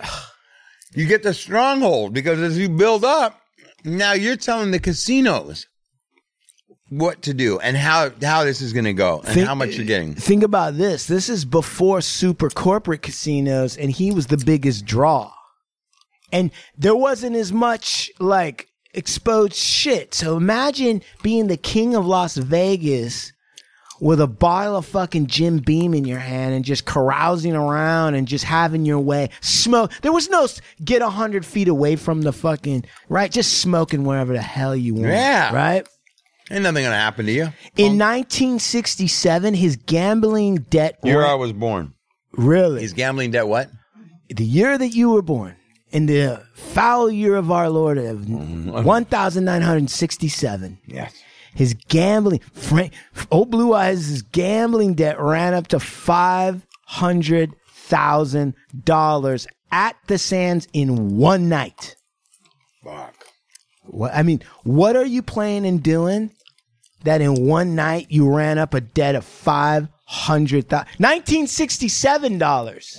[SPEAKER 2] You get the stronghold because as you build up, now you're telling the casinos what to do and how how this is going to go and
[SPEAKER 1] Think-
[SPEAKER 2] how much you're getting.
[SPEAKER 1] Think about this. This is before super corporate casinos, and he was the biggest draw. And there wasn't as much like exposed shit. So imagine being the king of Las Vegas with a bottle of fucking Jim Beam in your hand and just carousing around and just having your way. Smoke. There was no s- get a hundred feet away from the fucking right. Just smoking wherever the hell you want.
[SPEAKER 2] Yeah.
[SPEAKER 1] Right.
[SPEAKER 2] Ain't nothing going to happen to you.
[SPEAKER 1] In 1967, his gambling debt
[SPEAKER 2] Year
[SPEAKER 1] went-
[SPEAKER 2] I was born.
[SPEAKER 1] Really?
[SPEAKER 2] He's gambling debt. What?
[SPEAKER 1] the year that you were born, in the foul year of our Lord of 1967,
[SPEAKER 2] Mm-hmm. Yes.
[SPEAKER 1] his gambling, Frank, old Blue Eyes, his gambling debt ran up to $500,000 at the Sands in one night.
[SPEAKER 2] Fuck.
[SPEAKER 1] What, I mean, what are you playing and doing that in one night you ran up a debt of $500,000? $1967.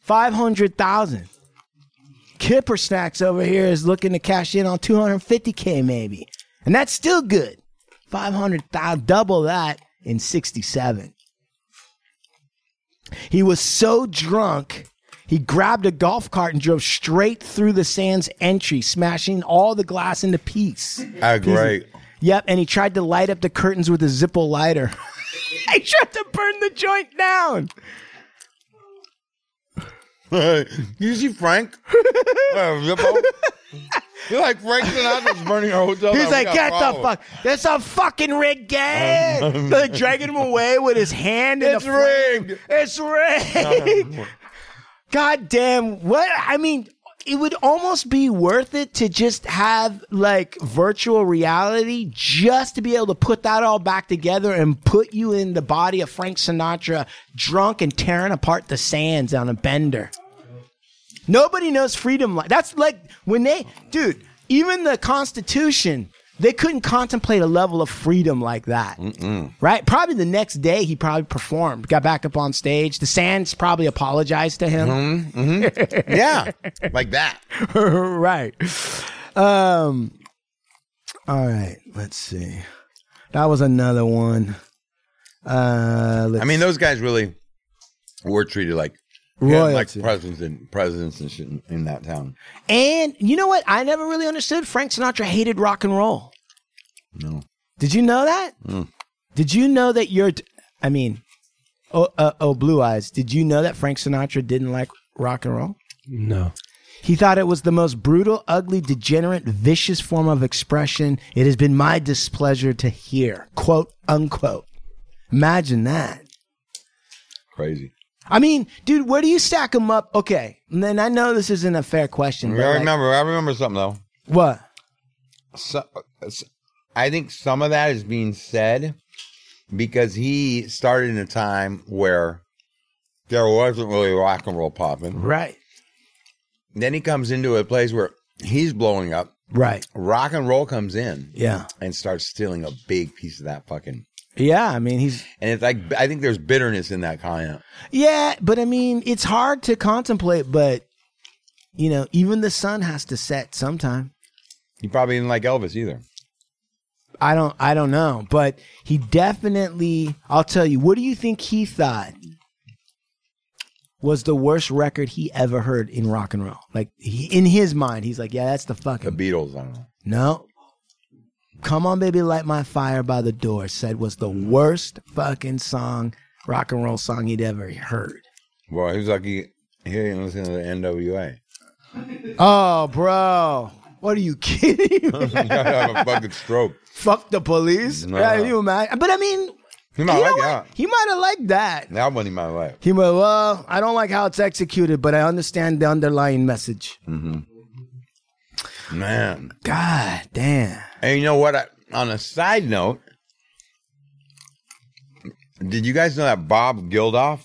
[SPEAKER 1] 500,000. Kipper Snacks over here is looking to cash in on 250K maybe. And that's still good. 500,000, double that in 67. He was so drunk, he grabbed a golf cart and drove straight through the sand's entry, smashing all the glass into piece.
[SPEAKER 2] Ah, great. *laughs*
[SPEAKER 1] Yep, and he tried to light up the curtains with a Zippo lighter. *laughs* I tried to burn the joint down.
[SPEAKER 2] you see
[SPEAKER 1] *laughs*
[SPEAKER 2] Frank? Uh, Zippo? You're like Frank Sinatra's burning our hotel.
[SPEAKER 1] He's
[SPEAKER 2] down. We
[SPEAKER 1] like,
[SPEAKER 2] got
[SPEAKER 1] get the
[SPEAKER 2] problems."
[SPEAKER 1] fuck. That's a fucking rigged game. like dragging him away with his hand in
[SPEAKER 2] It's
[SPEAKER 1] a flame. It's rigged. God damn. What? I mean, it would almost be worth it to just have like virtual reality just to be able to put that all back together and put you in the body of Frank Sinatra drunk and tearing apart the sands on a bender. Nobody knows freedom like that's like when they dude, even the constitution, they couldn't contemplate a level of freedom like that. Right? Probably the next day he probably performed, got back up on stage. The Sands probably apologized to him.
[SPEAKER 2] Yeah, like that.
[SPEAKER 1] *laughs* right. Um All right, let's see. That was another one. Uh let's
[SPEAKER 2] I mean, those guys really were treated like yeah, like
[SPEAKER 1] Royalty.
[SPEAKER 2] presidents and presidents and shit in, in that town.
[SPEAKER 1] And you know what? I never really understood. Frank Sinatra hated rock and roll.
[SPEAKER 2] No.
[SPEAKER 1] Did you know that? Did you know that your, I mean, oh, uh, oh, blue eyes. Did you know that Frank Sinatra didn't like rock and roll?
[SPEAKER 4] No.
[SPEAKER 1] He thought it was the most brutal, ugly, degenerate, vicious form of expression. It has been my displeasure to hear. Quote unquote. Imagine that.
[SPEAKER 2] Crazy.
[SPEAKER 1] I mean, dude, where do you stack them up? Okay, and then I know this isn't a fair question. But
[SPEAKER 2] I
[SPEAKER 1] like-
[SPEAKER 2] remember. I remember something though.
[SPEAKER 1] what?
[SPEAKER 2] So, I think some of that is being said because he started in a time where there wasn't really rock and roll popping.
[SPEAKER 1] Right.
[SPEAKER 2] Then he comes into a place where he's blowing up.
[SPEAKER 1] Right.
[SPEAKER 2] Rock and roll comes in.
[SPEAKER 1] Yeah.
[SPEAKER 2] And starts stealing a big piece of that fucking.
[SPEAKER 1] Yeah. I mean, he's
[SPEAKER 2] And it's like I think there's bitterness in that comment.
[SPEAKER 1] Yeah, but I mean, it's hard to contemplate, but you know, even the sun has to set sometime.
[SPEAKER 2] He probably didn't like Elvis either.
[SPEAKER 1] I don't I don't know, but he definitely I'll tell you, what do you think he thought was the worst record he ever heard in rock and roll? Like he, in his mind, he's like, yeah, that's the
[SPEAKER 2] The
[SPEAKER 1] fucking
[SPEAKER 2] Beatles. I don't know.
[SPEAKER 1] No. Come on, baby, light my fire by the door said was the worst fucking song, rock and roll song he'd ever heard.
[SPEAKER 2] Well, he was like he, he didn't listen to the *laughs* NWA.
[SPEAKER 1] Oh, bro. What are you *laughs* kidding? me?
[SPEAKER 2] He got out of a fucking stroke.
[SPEAKER 1] Fuck the police.
[SPEAKER 2] No.
[SPEAKER 1] Yeah, you mad? But I mean,
[SPEAKER 2] He might
[SPEAKER 1] you
[SPEAKER 2] like
[SPEAKER 1] know what?
[SPEAKER 2] that.
[SPEAKER 1] He might have liked that.
[SPEAKER 2] That one he might like.
[SPEAKER 1] He might, well, I don't like how it's executed, but I understand the underlying message.
[SPEAKER 2] Man.
[SPEAKER 1] God damn.
[SPEAKER 2] And you know what? I, on a side note, did you guys know that Bob Gildoff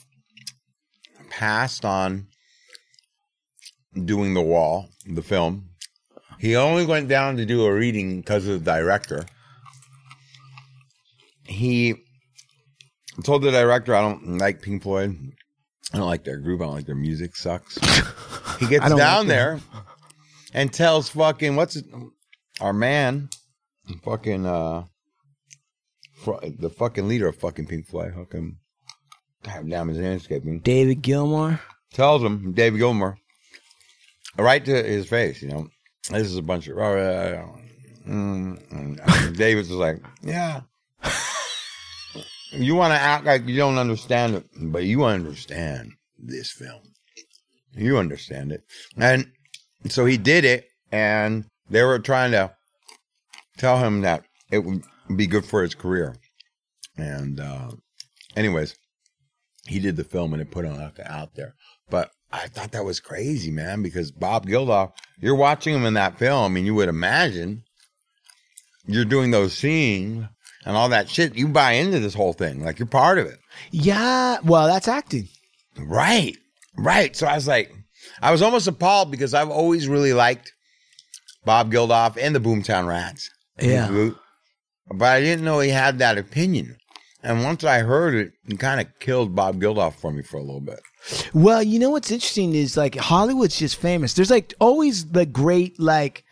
[SPEAKER 2] passed on doing The Wall, the film? He only went down to do a reading because of the director. He told the director, I don't like Pink Floyd. I don't like their group. I don't like their music. Sucks.
[SPEAKER 1] *laughs*
[SPEAKER 2] he gets
[SPEAKER 1] I
[SPEAKER 2] down
[SPEAKER 1] don't like them.
[SPEAKER 2] there and tells fucking, what's it? Our man, fucking, uh, fr- the fucking leader of fucking Pink Floyd, fucking, God damn his name escaping,
[SPEAKER 1] David Gilmore.
[SPEAKER 2] tells him, David Gilmour, right to his face, you know, this is a bunch of, uh, uh, mm, mm." David's just like, yeah. you want to act like you don't understand it, but you understand this film. You understand it. And so he did it, and they were trying to tell him that it would be good for his career. And, uh, anyways, he did the film and it put it out, out there. But I thought that was crazy, man, because Bob Geldof, you're watching him in that film, and you would imagine you're doing those scenes and all that shit. You buy into this whole thing, like you're part of it.
[SPEAKER 1] Yeah, well, that's acting.
[SPEAKER 2] Right, right. So I was like, I was almost appalled because I've always really liked Bob Geldof and the Boomtown Rats.
[SPEAKER 1] Yeah.
[SPEAKER 2] But I didn't know he had that opinion. And once I heard it, it kind of killed Bob Geldof for me for a little bit.
[SPEAKER 1] Well, you know what's interesting is like Hollywood's just famous. There's like always the great like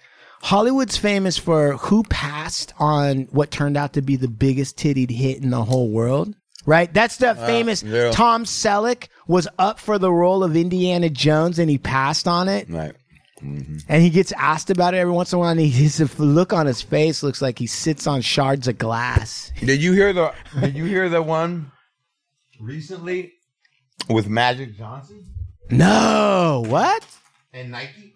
[SPEAKER 1] Hollywood's famous for who passed on what turned out to be the biggest tittied hit in the whole world. Right? That's the
[SPEAKER 9] Uh,
[SPEAKER 1] famous
[SPEAKER 9] yeah.
[SPEAKER 1] Tom Selleck was up for the role of Indiana Jones and he passed on it.
[SPEAKER 2] Right.
[SPEAKER 1] And he gets asked about it every once in a while and he, his look on his face looks like he sits on shards of glass.
[SPEAKER 2] Did you hear the Did you hear the one recently with Magic Johnson
[SPEAKER 1] No, what?
[SPEAKER 2] and Nike?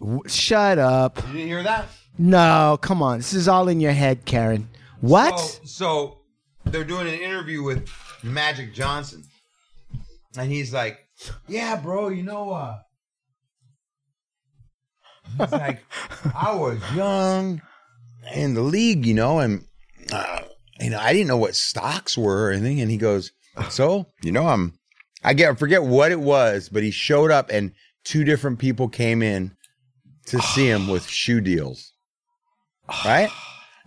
[SPEAKER 1] W- Shut up.
[SPEAKER 2] You didn't hear that?
[SPEAKER 1] No, come on. This is all in your head, Karen. What?
[SPEAKER 2] So, Oh, so they're doing an interview with Magic Johnson, and he's like, "Yeah, bro, you know, uh, he's like, I was young in the league, you know, and uh, you know, I didn't know what stocks were or anything." And he goes,
[SPEAKER 1] Ah,
[SPEAKER 2] "So, you know, I'm, I get, I forget what it was, but he showed up, and two different people came in
[SPEAKER 1] *sighs*
[SPEAKER 2] to see him with shoe deals, right?"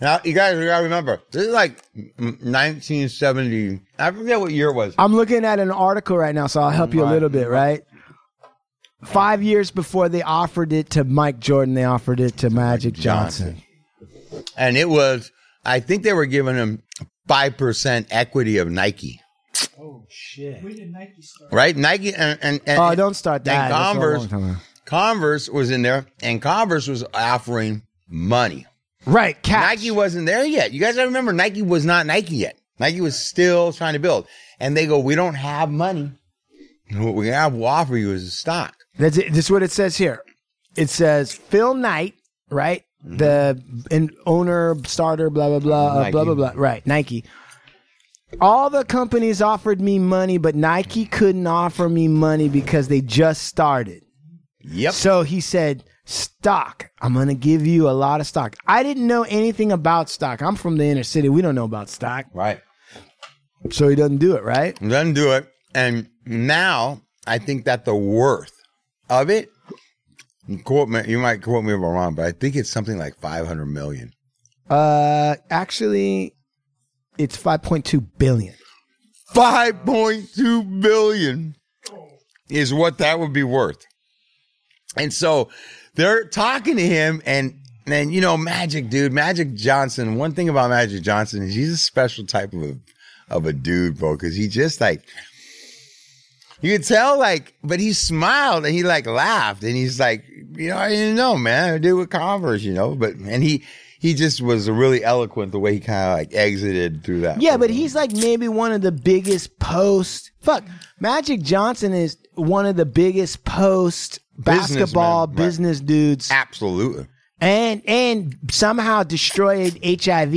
[SPEAKER 2] Now you guys you gotta remember this is like 1970. I forget what year it was.
[SPEAKER 1] I'm looking at an article right now, so I'll help you a little bit, right? Five years before they offered it to Mike Jordan, they offered it to Magic Johnson.
[SPEAKER 2] and it was I think they were giving him five percent equity of Nike,
[SPEAKER 6] Oh shit! We did Nike stuff.
[SPEAKER 2] right? Nike and and, and
[SPEAKER 1] Oh, don't start that.
[SPEAKER 2] and
[SPEAKER 1] That's a
[SPEAKER 2] Converse.
[SPEAKER 1] long time ago.
[SPEAKER 2] Converse was in there, and Converse was offering money.
[SPEAKER 1] Right,
[SPEAKER 2] Nike wasn't there yet. You guys gotta remember Nike was not Nike yet. Nike was still trying to build, and they go, "We don't have money. What we have will offer you is a stock."
[SPEAKER 1] That's it. This is what it says here. It says Phil Knight, right? The and owner, starter, blah blah blah, uh, blah
[SPEAKER 9] Nike.
[SPEAKER 1] blah blah. Right, Nike. All the companies offered me money, but Nike couldn't offer me money because they just started.
[SPEAKER 2] Yep.
[SPEAKER 1] So he said, "Stock. I'm gonna give you a lot of stock." I didn't know anything about stock. I'm from the inner city. We don't know about stock.
[SPEAKER 2] Right.
[SPEAKER 1] So he doesn't do it, right?
[SPEAKER 2] Doesn't do it. And now I think that the worth of it, you quote me, you might quote me if I'm wrong, but I think it's something like 500 million.
[SPEAKER 1] Uh, actually, it's 5.2 billion.
[SPEAKER 2] 5.2 billion is what that would be worth. And so they're talking to him and and you know Magic dude, Magic Johnson, one thing about Magic Johnson is he's a special type of of a dude, bro, cuz he just like you could tell like but he smiled and he like laughed and he's like, you know, I didn't know, man. I do with Converse, you know, but and he he just was really eloquent the way he kind of like exited through that.
[SPEAKER 1] Yeah, but he's like maybe one of the biggest post. Fuck, Magic Johnson is one of the biggest post basketball
[SPEAKER 2] Businessman, right.
[SPEAKER 1] business dudes,
[SPEAKER 2] Absolutely.
[SPEAKER 1] and and somehow destroyed HIV.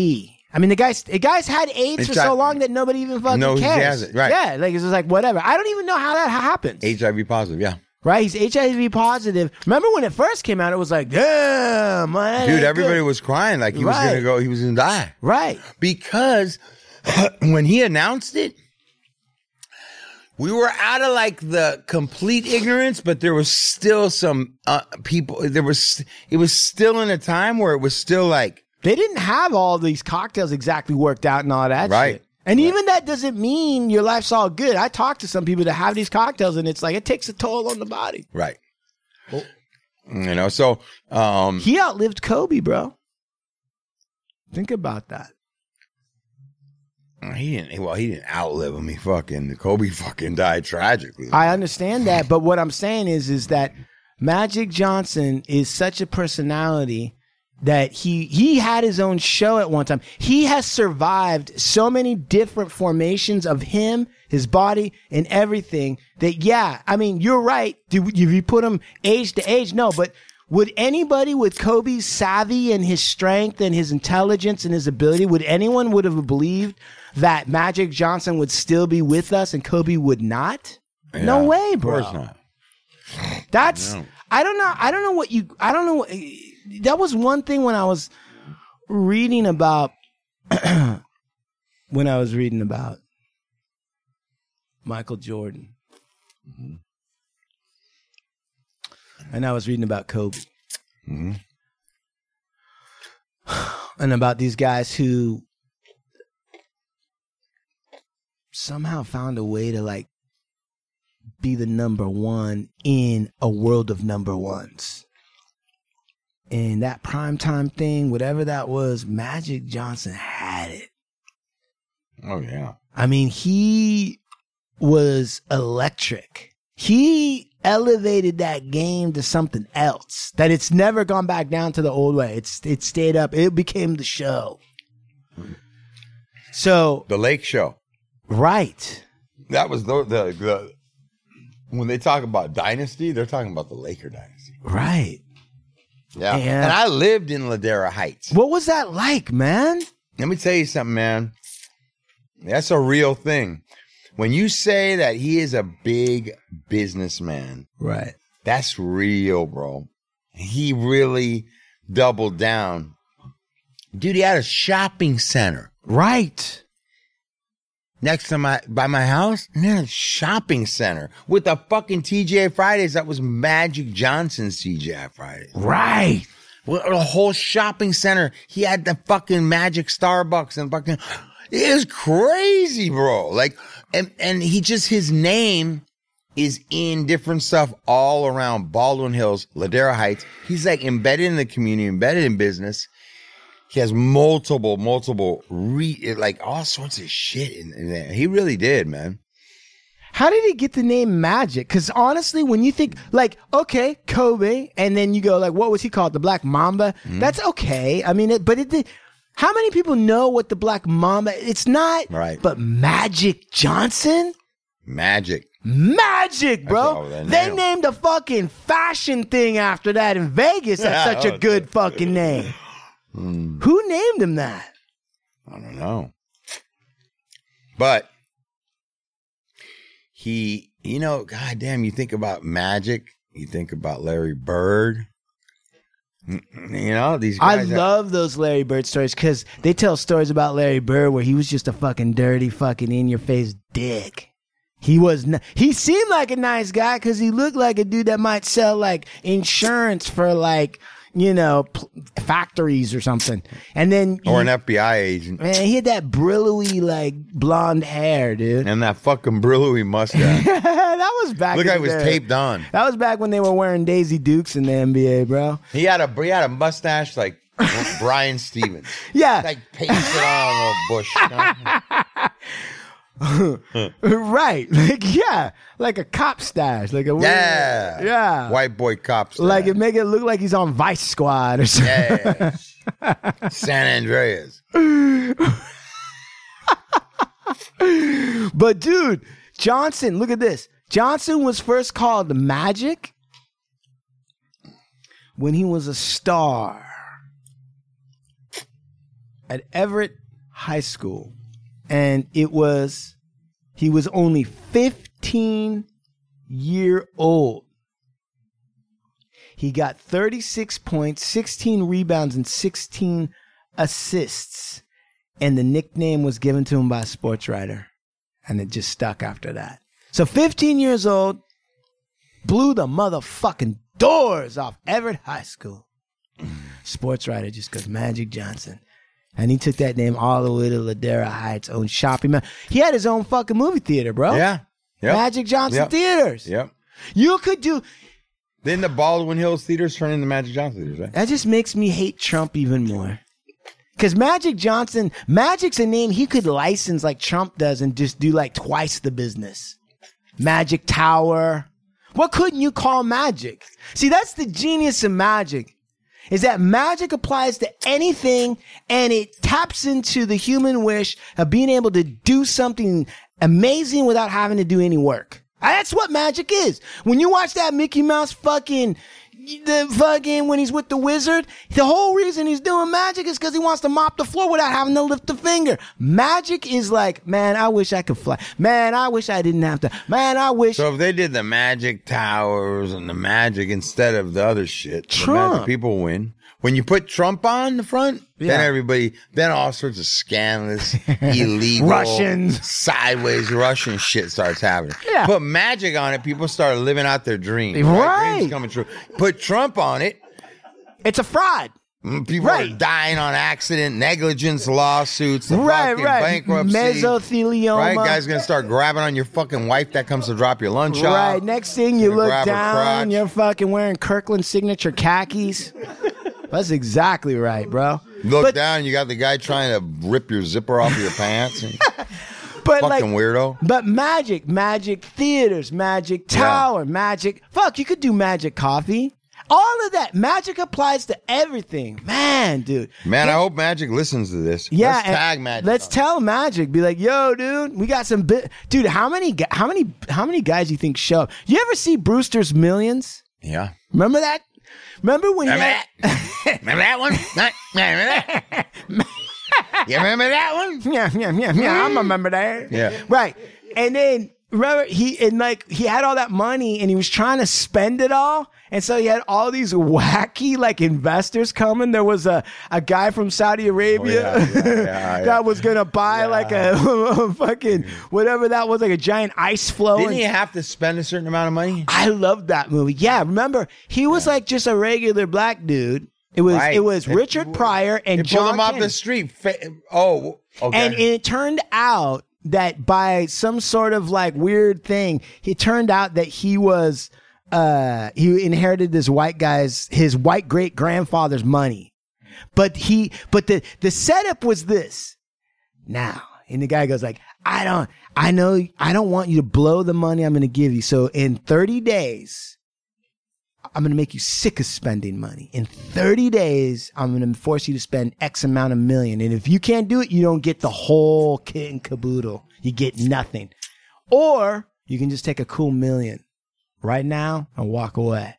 [SPEAKER 1] I mean, the guys the guys had AIDS for so
[SPEAKER 2] HIV
[SPEAKER 1] long that nobody even fucking
[SPEAKER 2] No, he
[SPEAKER 1] cares.
[SPEAKER 2] hasn't, right.
[SPEAKER 1] Yeah, like it's just like whatever. I don't even know how that happened.
[SPEAKER 2] HIV positive, yeah.
[SPEAKER 1] Right, he's HIV positive. Remember when it first came out? It was like, damn, man, that ain't
[SPEAKER 2] Dude,
[SPEAKER 1] Oh, good."
[SPEAKER 2] everybody was crying like he was
[SPEAKER 1] Right.
[SPEAKER 2] gonna go, he was gonna die.
[SPEAKER 1] Right.
[SPEAKER 2] Because *clears throat* when he announced it, we were out of like the complete ignorance, but there was still some uh, people. There was it was still in a time where it was still like
[SPEAKER 1] they didn't have all these cocktails exactly worked out and all that
[SPEAKER 2] Right.
[SPEAKER 1] shit. And even that doesn't mean your life's all good. I talk to some people that have these cocktails and it's like it takes a toll on the body.
[SPEAKER 2] right,
[SPEAKER 1] Oh.
[SPEAKER 2] you know. So um,
[SPEAKER 1] He outlived Kobe, bro. Think about that.
[SPEAKER 2] he didn't. Well, he didn't outlive him. He fucking Kobe fucking died tragically.
[SPEAKER 1] I understand that, but what I'm saying is is that Magic Johnson is such a personality that he he had his own show at one time. He has survived so many different formations of him, his body, and everything. That yeah, I mean you're right. Do we- if you put him age to age, no, but. Would anybody with Kobe's savvy and his strength and his intelligence and his ability, would anyone would have believed that Magic Johnson would still be with us and Kobe would not? no
[SPEAKER 2] Yeah,
[SPEAKER 1] way,
[SPEAKER 2] of
[SPEAKER 1] bro.
[SPEAKER 2] course not.
[SPEAKER 1] That's
[SPEAKER 2] No.
[SPEAKER 1] I don't know. I don't know what you. I don't know. What, that was one thing when I was reading about *clears throat* when I was reading about Michael Jordan, and I was reading about Kobe,
[SPEAKER 2] Mm-hmm.
[SPEAKER 1] *sighs* and about these guys who somehow found a way to like be the number one in a world of number ones. And that primetime thing, whatever that was, Magic Johnson had it.
[SPEAKER 2] Oh yeah.
[SPEAKER 1] I mean, he was electric. He elevated that game to something else that it's never gone back down to the old way. It's it stayed up. It became the show. So
[SPEAKER 2] the Lake Show,
[SPEAKER 1] right?
[SPEAKER 2] That was the, the the when they talk about dynasty, they're talking about the Laker dynasty.
[SPEAKER 1] Right.
[SPEAKER 2] Yeah.
[SPEAKER 1] Yeah.
[SPEAKER 2] And I lived in Ladera Heights.
[SPEAKER 1] What was that like, man?
[SPEAKER 2] Let me tell you something, man. That's a real thing. When you say that he is a big businessman,
[SPEAKER 1] Right.
[SPEAKER 2] that's real, bro. He really doubled down. Dude, he had a shopping center.
[SPEAKER 1] Right.
[SPEAKER 2] Next to my by my house, and then a shopping center with a fucking TJ Fridays. That was Magic Johnson's TJ Fridays.
[SPEAKER 1] Right.
[SPEAKER 2] Well, the whole shopping center. He had the fucking magic Starbucks and fucking it is crazy, bro. Like and and he just his name is in different stuff all around Baldwin Hills, Ladera Heights. He's like embedded in the community, embedded in business. He has multiple, multiple re like all sorts of shit in, in there. He really did, man.
[SPEAKER 1] How did he get the name Magic? Because honestly, when you think like, okay, Kobe, and then you go like, what was he called? The Black Mamba.
[SPEAKER 2] Mm-hmm.
[SPEAKER 1] That's okay. I mean, it, but it. did- How many people know what the Black Mamba? It's not
[SPEAKER 2] Right.
[SPEAKER 1] But Magic Johnson,
[SPEAKER 2] Magic.
[SPEAKER 1] Magic, bro.
[SPEAKER 2] all they
[SPEAKER 1] They
[SPEAKER 2] nailed.
[SPEAKER 1] named a fucking fashion thing after that in Vegas.
[SPEAKER 2] *laughs*
[SPEAKER 1] That's such a good fucking name.
[SPEAKER 2] Hmm.
[SPEAKER 1] Who named him that?
[SPEAKER 2] I don't know. But he, you know, goddamn, you think about Magic, you think about Larry Bird. Mm, You know, these
[SPEAKER 1] I
[SPEAKER 2] guys.
[SPEAKER 1] love those Larry Bird stories because they tell stories about Larry Bird where he was just a fucking dirty, fucking in your face dick. He was. N- he seemed like a nice guy because he looked like a dude that might sell like insurance for like you know pl- factories or something. And then
[SPEAKER 2] or an
[SPEAKER 1] he,
[SPEAKER 2] FBI agent.
[SPEAKER 1] man, he had that brillowy like blonde hair, dude.
[SPEAKER 2] And that fucking brillouy
[SPEAKER 1] *laughs*
[SPEAKER 2] mustache.
[SPEAKER 1] that was back.
[SPEAKER 2] Look,
[SPEAKER 1] in
[SPEAKER 2] I
[SPEAKER 1] the
[SPEAKER 2] was
[SPEAKER 1] day.
[SPEAKER 2] taped on.
[SPEAKER 1] That was back when they were wearing Daisy Dukes in the NBA, bro.
[SPEAKER 2] He had a he had a
[SPEAKER 1] *laughs*
[SPEAKER 2] mustache like Brian Stevens,
[SPEAKER 1] Yeah,
[SPEAKER 2] like pasted on a little bush. you
[SPEAKER 1] *laughs*
[SPEAKER 2] know?
[SPEAKER 1] right. *laughs* Like yeah, like a cop stash, like a
[SPEAKER 2] Yeah,
[SPEAKER 1] yeah,
[SPEAKER 2] White boy cops.
[SPEAKER 1] like it make it look like he's on Vice Squad or something.
[SPEAKER 2] Yeah.
[SPEAKER 1] *laughs*
[SPEAKER 2] San Andreas.
[SPEAKER 1] *laughs* But dude, Johnson, look at this. Johnson was first called Magic when he was a star at Everett High School, and it was he was only fifteen year old. He got 36 points, 16 rebounds, and 16 assists. And the nickname was given to him by a sports writer. And it just stuck after that. So 15 years old, blew the motherfucking doors off Everett High
[SPEAKER 2] *clears throat*
[SPEAKER 1] School. Sports writer just goes Magic Johnson. And he took that name all the way to Ladera Heights, own shopping. mall. He had his own fucking movie theater, bro.
[SPEAKER 2] Yeah. Yep.
[SPEAKER 1] Oh, Magic Johnson
[SPEAKER 2] Yep.
[SPEAKER 1] Theaters.
[SPEAKER 2] Yep.
[SPEAKER 1] You could do,
[SPEAKER 2] Then the Baldwin Hills theaters turn into Magic Johnson theaters, right?
[SPEAKER 1] That just makes me hate Trump even more. Because Magic Johnson, Magic's a name he could license like Trump does and just do like twice the business. Magic Tower. What couldn't you call magic? See, that's the genius of magic. Is that magic applies to anything and it taps into the human wish of being able to do something amazing without having to do any work. That's what magic is. When you watch that Mickey Mouse fucking the fucking when he's with the wizard, the whole reason he's doing magic is because he wants to mop the floor without having to lift a finger. Magic is like, man, I wish I could fly. Man, I wish I didn't have to. Man, I wish.
[SPEAKER 2] So if they did the magic towers and the magic instead of the other shit, the magic
[SPEAKER 1] Trump.
[SPEAKER 2] people win. When you put Trump on the front,
[SPEAKER 1] Yeah.
[SPEAKER 2] then everybody, then all sorts
[SPEAKER 1] *laughs*
[SPEAKER 2] of scandalous, illegal,
[SPEAKER 1] Russians.
[SPEAKER 2] sideways Russian shit starts happening.
[SPEAKER 1] Yeah.
[SPEAKER 2] Put magic on it, people start living out their dreams.
[SPEAKER 1] Right.
[SPEAKER 2] dreams coming true. Put Trump on it,
[SPEAKER 1] It's a fraud.
[SPEAKER 2] mm, people are
[SPEAKER 1] Right.
[SPEAKER 2] dying on accident, negligence lawsuits, the
[SPEAKER 1] Right,
[SPEAKER 2] fucking
[SPEAKER 1] right.
[SPEAKER 2] bankruptcy.
[SPEAKER 1] Mesothelioma.
[SPEAKER 2] Right, guys, gonna start grabbing on your fucking wife that comes to drop your lunch off.
[SPEAKER 1] Right. Next thing you
[SPEAKER 2] Gonna
[SPEAKER 1] look
[SPEAKER 2] grab her
[SPEAKER 1] down,
[SPEAKER 2] crotch.
[SPEAKER 1] you're fucking wearing Kirkland signature khakis. That's exactly right, bro.
[SPEAKER 2] Look down, you got the guy trying to rip your zipper off of your
[SPEAKER 1] *laughs*
[SPEAKER 2] pants. and-
[SPEAKER 1] But
[SPEAKER 2] fucking
[SPEAKER 1] like,
[SPEAKER 2] weirdo.
[SPEAKER 1] But magic, magic theaters, magic tower, magic. Fuck, you could do magic coffee. All of that magic applies to everything, man, dude.
[SPEAKER 2] Man, I hope Magic listens to this.
[SPEAKER 1] Yeah,
[SPEAKER 2] Let's
[SPEAKER 1] and
[SPEAKER 2] tag Magic.
[SPEAKER 1] Let's
[SPEAKER 2] on
[SPEAKER 1] tell Magic. Be like, yo, dude, we got some. Bi- dude, how many, gu- how many, how many guys you think show up? You ever see Brewster's Millions?
[SPEAKER 2] it. yeah.
[SPEAKER 1] Remember that? Remember when? you had-
[SPEAKER 2] Remember that one? Not- remember that? you remember that
[SPEAKER 1] *laughs*
[SPEAKER 2] one?
[SPEAKER 1] yeah, yeah, yeah, yeah. I'm a member there.
[SPEAKER 2] Yeah.
[SPEAKER 1] Right. And then remember he and like he had all that money and he was trying to spend it all. And so he had all these wacky like investors coming. There was a, a guy from Saudi Arabia
[SPEAKER 2] Oh, yeah,
[SPEAKER 1] *laughs*
[SPEAKER 2] yeah, yeah, yeah.
[SPEAKER 1] that was gonna buy like a, *laughs* fucking whatever that was, like a giant ice flow.
[SPEAKER 2] Didn't
[SPEAKER 1] and-
[SPEAKER 2] he have to spend a certain amount of money?
[SPEAKER 1] I loved that movie. Yeah, remember he was like just a regular black dude. It was
[SPEAKER 2] Right.
[SPEAKER 1] it was
[SPEAKER 2] They-
[SPEAKER 1] Richard Pryor and
[SPEAKER 2] They
[SPEAKER 1] John
[SPEAKER 2] pulled him off
[SPEAKER 1] Candy.
[SPEAKER 2] the street. Fa- oh, okay.
[SPEAKER 1] And it turned out that by some sort of like weird thing, it turned out that he was uh he inherited this white guy's his white great grandfather's money. But he but the the setup was this. Now, and the guy goes like, "I don't I know I don't want you to blow the money I'm going to give you. So in 30 days, I'm going to make you sick of spending money. In 30 days, I'm going to force you to spend X amount of million. And if you can't do it, you don't get the whole kit and caboodle. You get nothing. Or you can just take a cool million right now and walk away.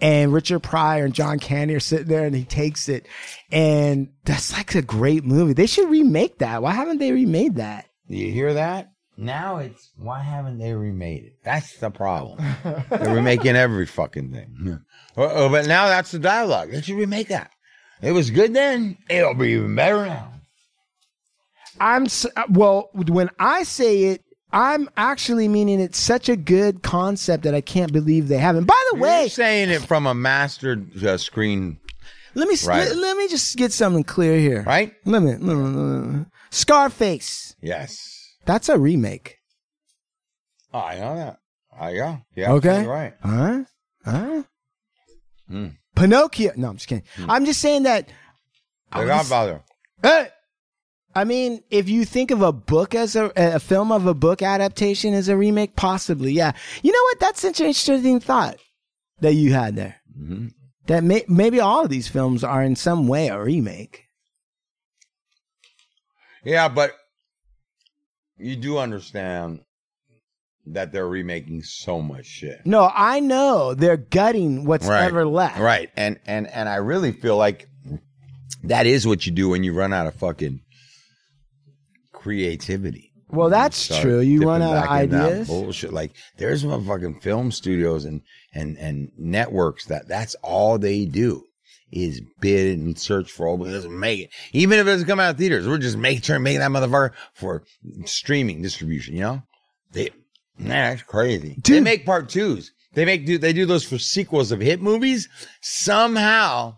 [SPEAKER 1] And Richard Pryor and John Candy are sitting there and he takes it. And that's like a great movie. They should remake that. Why haven't they remade that?
[SPEAKER 2] Do you hear that? Now it's why haven't they remade it? That's the problem. They're remaking every fucking *laughs* thing. Uh-oh, but now that's the dialogue. They should remake that. It was good then. It'll be even better now.
[SPEAKER 1] I'm s- uh, well. When I say it, I'm actually meaning it's such a good concept that I can't believe they haven't. By the
[SPEAKER 2] You're
[SPEAKER 1] way,
[SPEAKER 2] saying it from a master uh, screen,
[SPEAKER 1] let me s
[SPEAKER 2] Right.
[SPEAKER 1] let, let me just get something clear here.
[SPEAKER 2] right?
[SPEAKER 1] Let me, let me- let me- Scarface.
[SPEAKER 2] Yes.
[SPEAKER 1] That's a remake.
[SPEAKER 2] Oh, I know that. I yeah. Yeah.
[SPEAKER 1] Okay.
[SPEAKER 2] you're Right.
[SPEAKER 1] All right. All right.
[SPEAKER 2] Mm.
[SPEAKER 1] Pinocchio. No, I'm just kidding.
[SPEAKER 2] Hmm.
[SPEAKER 1] I'm just saying that.
[SPEAKER 2] The Godfather.
[SPEAKER 1] Hey! I mean, if you think of a book as a, a film of a book adaptation as a remake, possibly, yeah. You know what? That's such an interesting thought that you had there.
[SPEAKER 2] Mm-hmm.
[SPEAKER 1] That may, maybe all of these films are in some way a remake.
[SPEAKER 2] Yeah, but you do understand that they're remaking so much shit.
[SPEAKER 1] No, I know they're gutting what's
[SPEAKER 2] Right.
[SPEAKER 1] ever left.
[SPEAKER 2] Right. And and and I really feel like that is what you do when you run out of fucking creativity.
[SPEAKER 1] Well, that's
[SPEAKER 2] Start
[SPEAKER 1] true. You
[SPEAKER 2] dipping
[SPEAKER 1] run out of
[SPEAKER 2] back in that
[SPEAKER 1] ideas.
[SPEAKER 2] Bullshit. Like there's motherfucking film studios and and and networks that that's all they do is bid and search for. Oh, let's make it. Even if it doesn't come out of theaters, we're just make sure and make that motherfucker for streaming distribution. You know, they man, that's crazy. They
[SPEAKER 1] Dude.
[SPEAKER 2] make part twos. They make do they do those for sequels of hit movies. Somehow,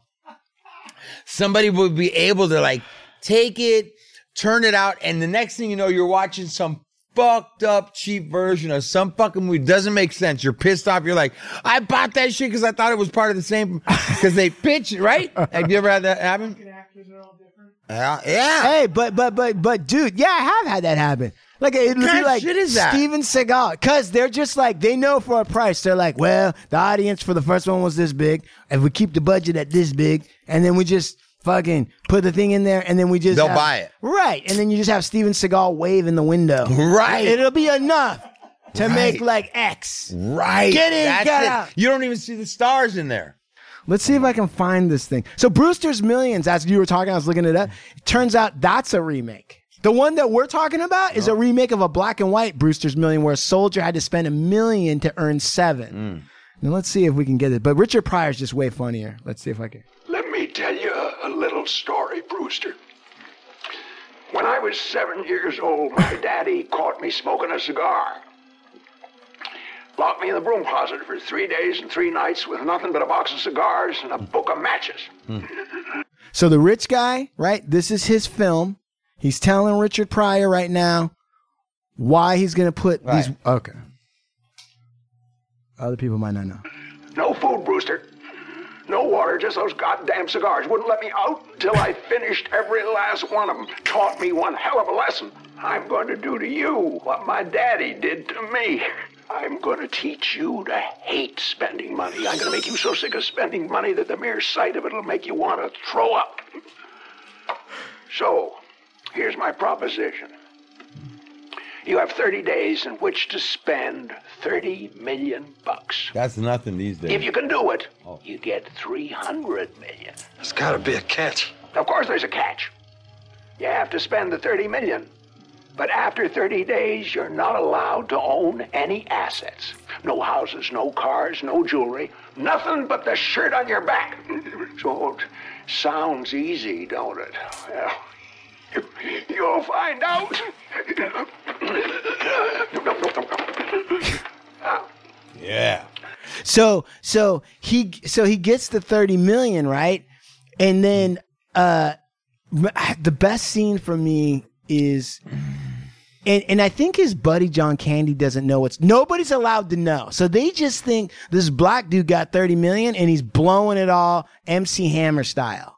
[SPEAKER 2] somebody would be able to like take it, turn it out, and the next thing you know, you're watching some fucked up cheap version of some fucking movie. Doesn't make sense. You're pissed off. You're like, I bought that shit because I thought it was part of the same *laughs* because they pitch it, right? Have you ever had that happen? Yeah, yeah.
[SPEAKER 1] Hey, but but but but, dude, yeah, I have had that happen. Like it would
[SPEAKER 2] kind
[SPEAKER 1] be
[SPEAKER 2] of
[SPEAKER 1] like
[SPEAKER 2] shit is that?
[SPEAKER 1] Steven Seagal, cause they're just like they know for a price. They're like, well, the audience for the first one was this big. If we keep the budget at this big, and then we just fucking put the thing in there, and then we just
[SPEAKER 2] They'll
[SPEAKER 1] have-
[SPEAKER 2] buy it.
[SPEAKER 1] right? And then you just have Steven Seagal wave in the window,
[SPEAKER 2] Right.
[SPEAKER 1] It'll be enough to
[SPEAKER 2] Right.
[SPEAKER 1] make like X.
[SPEAKER 2] Right.
[SPEAKER 1] Get in,
[SPEAKER 2] That's
[SPEAKER 1] get
[SPEAKER 2] it.
[SPEAKER 1] out.
[SPEAKER 2] You don't even see the stars in there.
[SPEAKER 1] Let's see if I can find this thing. So Brewster's Millions, as you were talking, I was looking it up. It turns out that's a remake. The one that we're talking about is a remake of a black and white Brewster's Million where a soldier had to spend a million to earn seven. Now let's see if we can get it. But Richard Pryor's just way funnier. Let's see if I can.
[SPEAKER 9] Let me tell you a, a little story, Brewster. When I was seven years old, my daddy caught me smoking a cigar. Locked me in the broom closet for three days and three nights with nothing but a box of cigars and a book of matches.
[SPEAKER 1] So the rich guy, right? This is his film. He's telling Richard Pryor right now why he's going to put these. Okay. Other people might not know.
[SPEAKER 9] No food, Brewster. No water, just those goddamn cigars. Wouldn't let me out until I finished every last one of them. Taught me one hell of a lesson. I'm going to do to you what my daddy did to me. I'm going to teach you to hate spending money. I'm going to make you so sick of spending money that the mere sight of it will make you want to throw up. So, here's my proposition. You have 30 days in which to spend 30 million bucks.
[SPEAKER 2] That's nothing these days.
[SPEAKER 9] If you can do it, you get 300 million.
[SPEAKER 7] There's gotta be a catch.
[SPEAKER 9] Of course there's a catch. You have to spend the 30 million. But after 30 days, you're not allowed to own any assets. No houses, no cars, no jewelry, nothing but the shirt on your back. *laughs* so it sounds easy, don't it? Well, *laughs* you'll find out. *laughs*
[SPEAKER 2] Yeah.
[SPEAKER 1] So so he so he gets the 30 million, right? And then uh the best scene for me is and and I think his buddy John Candy doesn't know what's nobody's allowed to know. So they just think this black dude got 30 million and he's blowing it all MC Hammer style.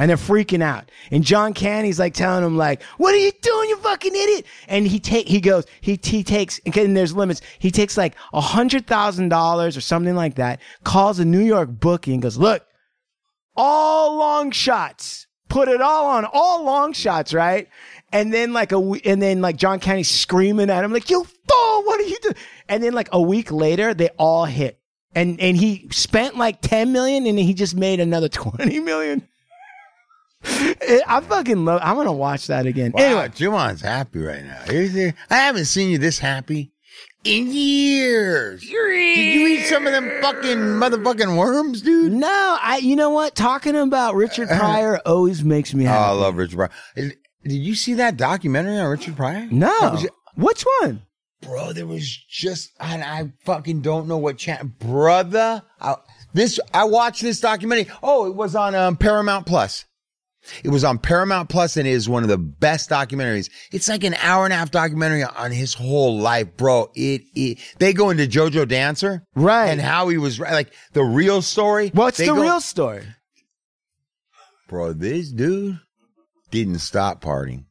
[SPEAKER 1] And they're freaking out. And John Candy's like telling him like, "What are you doing, you fucking idiot?" And he take he goes he he takes and there's limits. He takes like a hundred thousand dollars or something like that. Calls a New York bookie and goes, "Look, all long shots. Put it all on all long shots, right?" And then like a w- and then like John Candy screaming at him like, "You fool! What are you doing?" And then like a week later, they all hit. And and he spent like ten million, and he just made another *laughs* twenty million. Eh, I fucking love. I'm gonna watch that again.
[SPEAKER 2] Wow, Jumon's happy right now. Here's the- I haven't seen you this happy in years. Did you eat some of them fucking motherfucking worms, dude?
[SPEAKER 1] No, I. You know what? Talking about
[SPEAKER 2] *clears throat*
[SPEAKER 1] Richard Pryor always makes me
[SPEAKER 2] Oh,
[SPEAKER 1] happy.
[SPEAKER 2] I love Richard Pryor. Is- Did you see that documentary on Richard Pryor? That
[SPEAKER 1] no,
[SPEAKER 2] was-
[SPEAKER 1] which one?
[SPEAKER 2] bro, there was just and I fucking don't know what channel, brother. I, this I watched this documentary. Oh, it was on um, Paramount Plus. It was on Paramount Plus and it is one of the best documentaries. It's like an hour and a half documentary on his whole life, bro. It, it they go into JoJo Dancer,
[SPEAKER 1] right,
[SPEAKER 2] and how he was like the real story.
[SPEAKER 1] What's
[SPEAKER 2] They
[SPEAKER 1] the
[SPEAKER 2] go-
[SPEAKER 1] real story?
[SPEAKER 2] Bro, this dude didn't stop partying.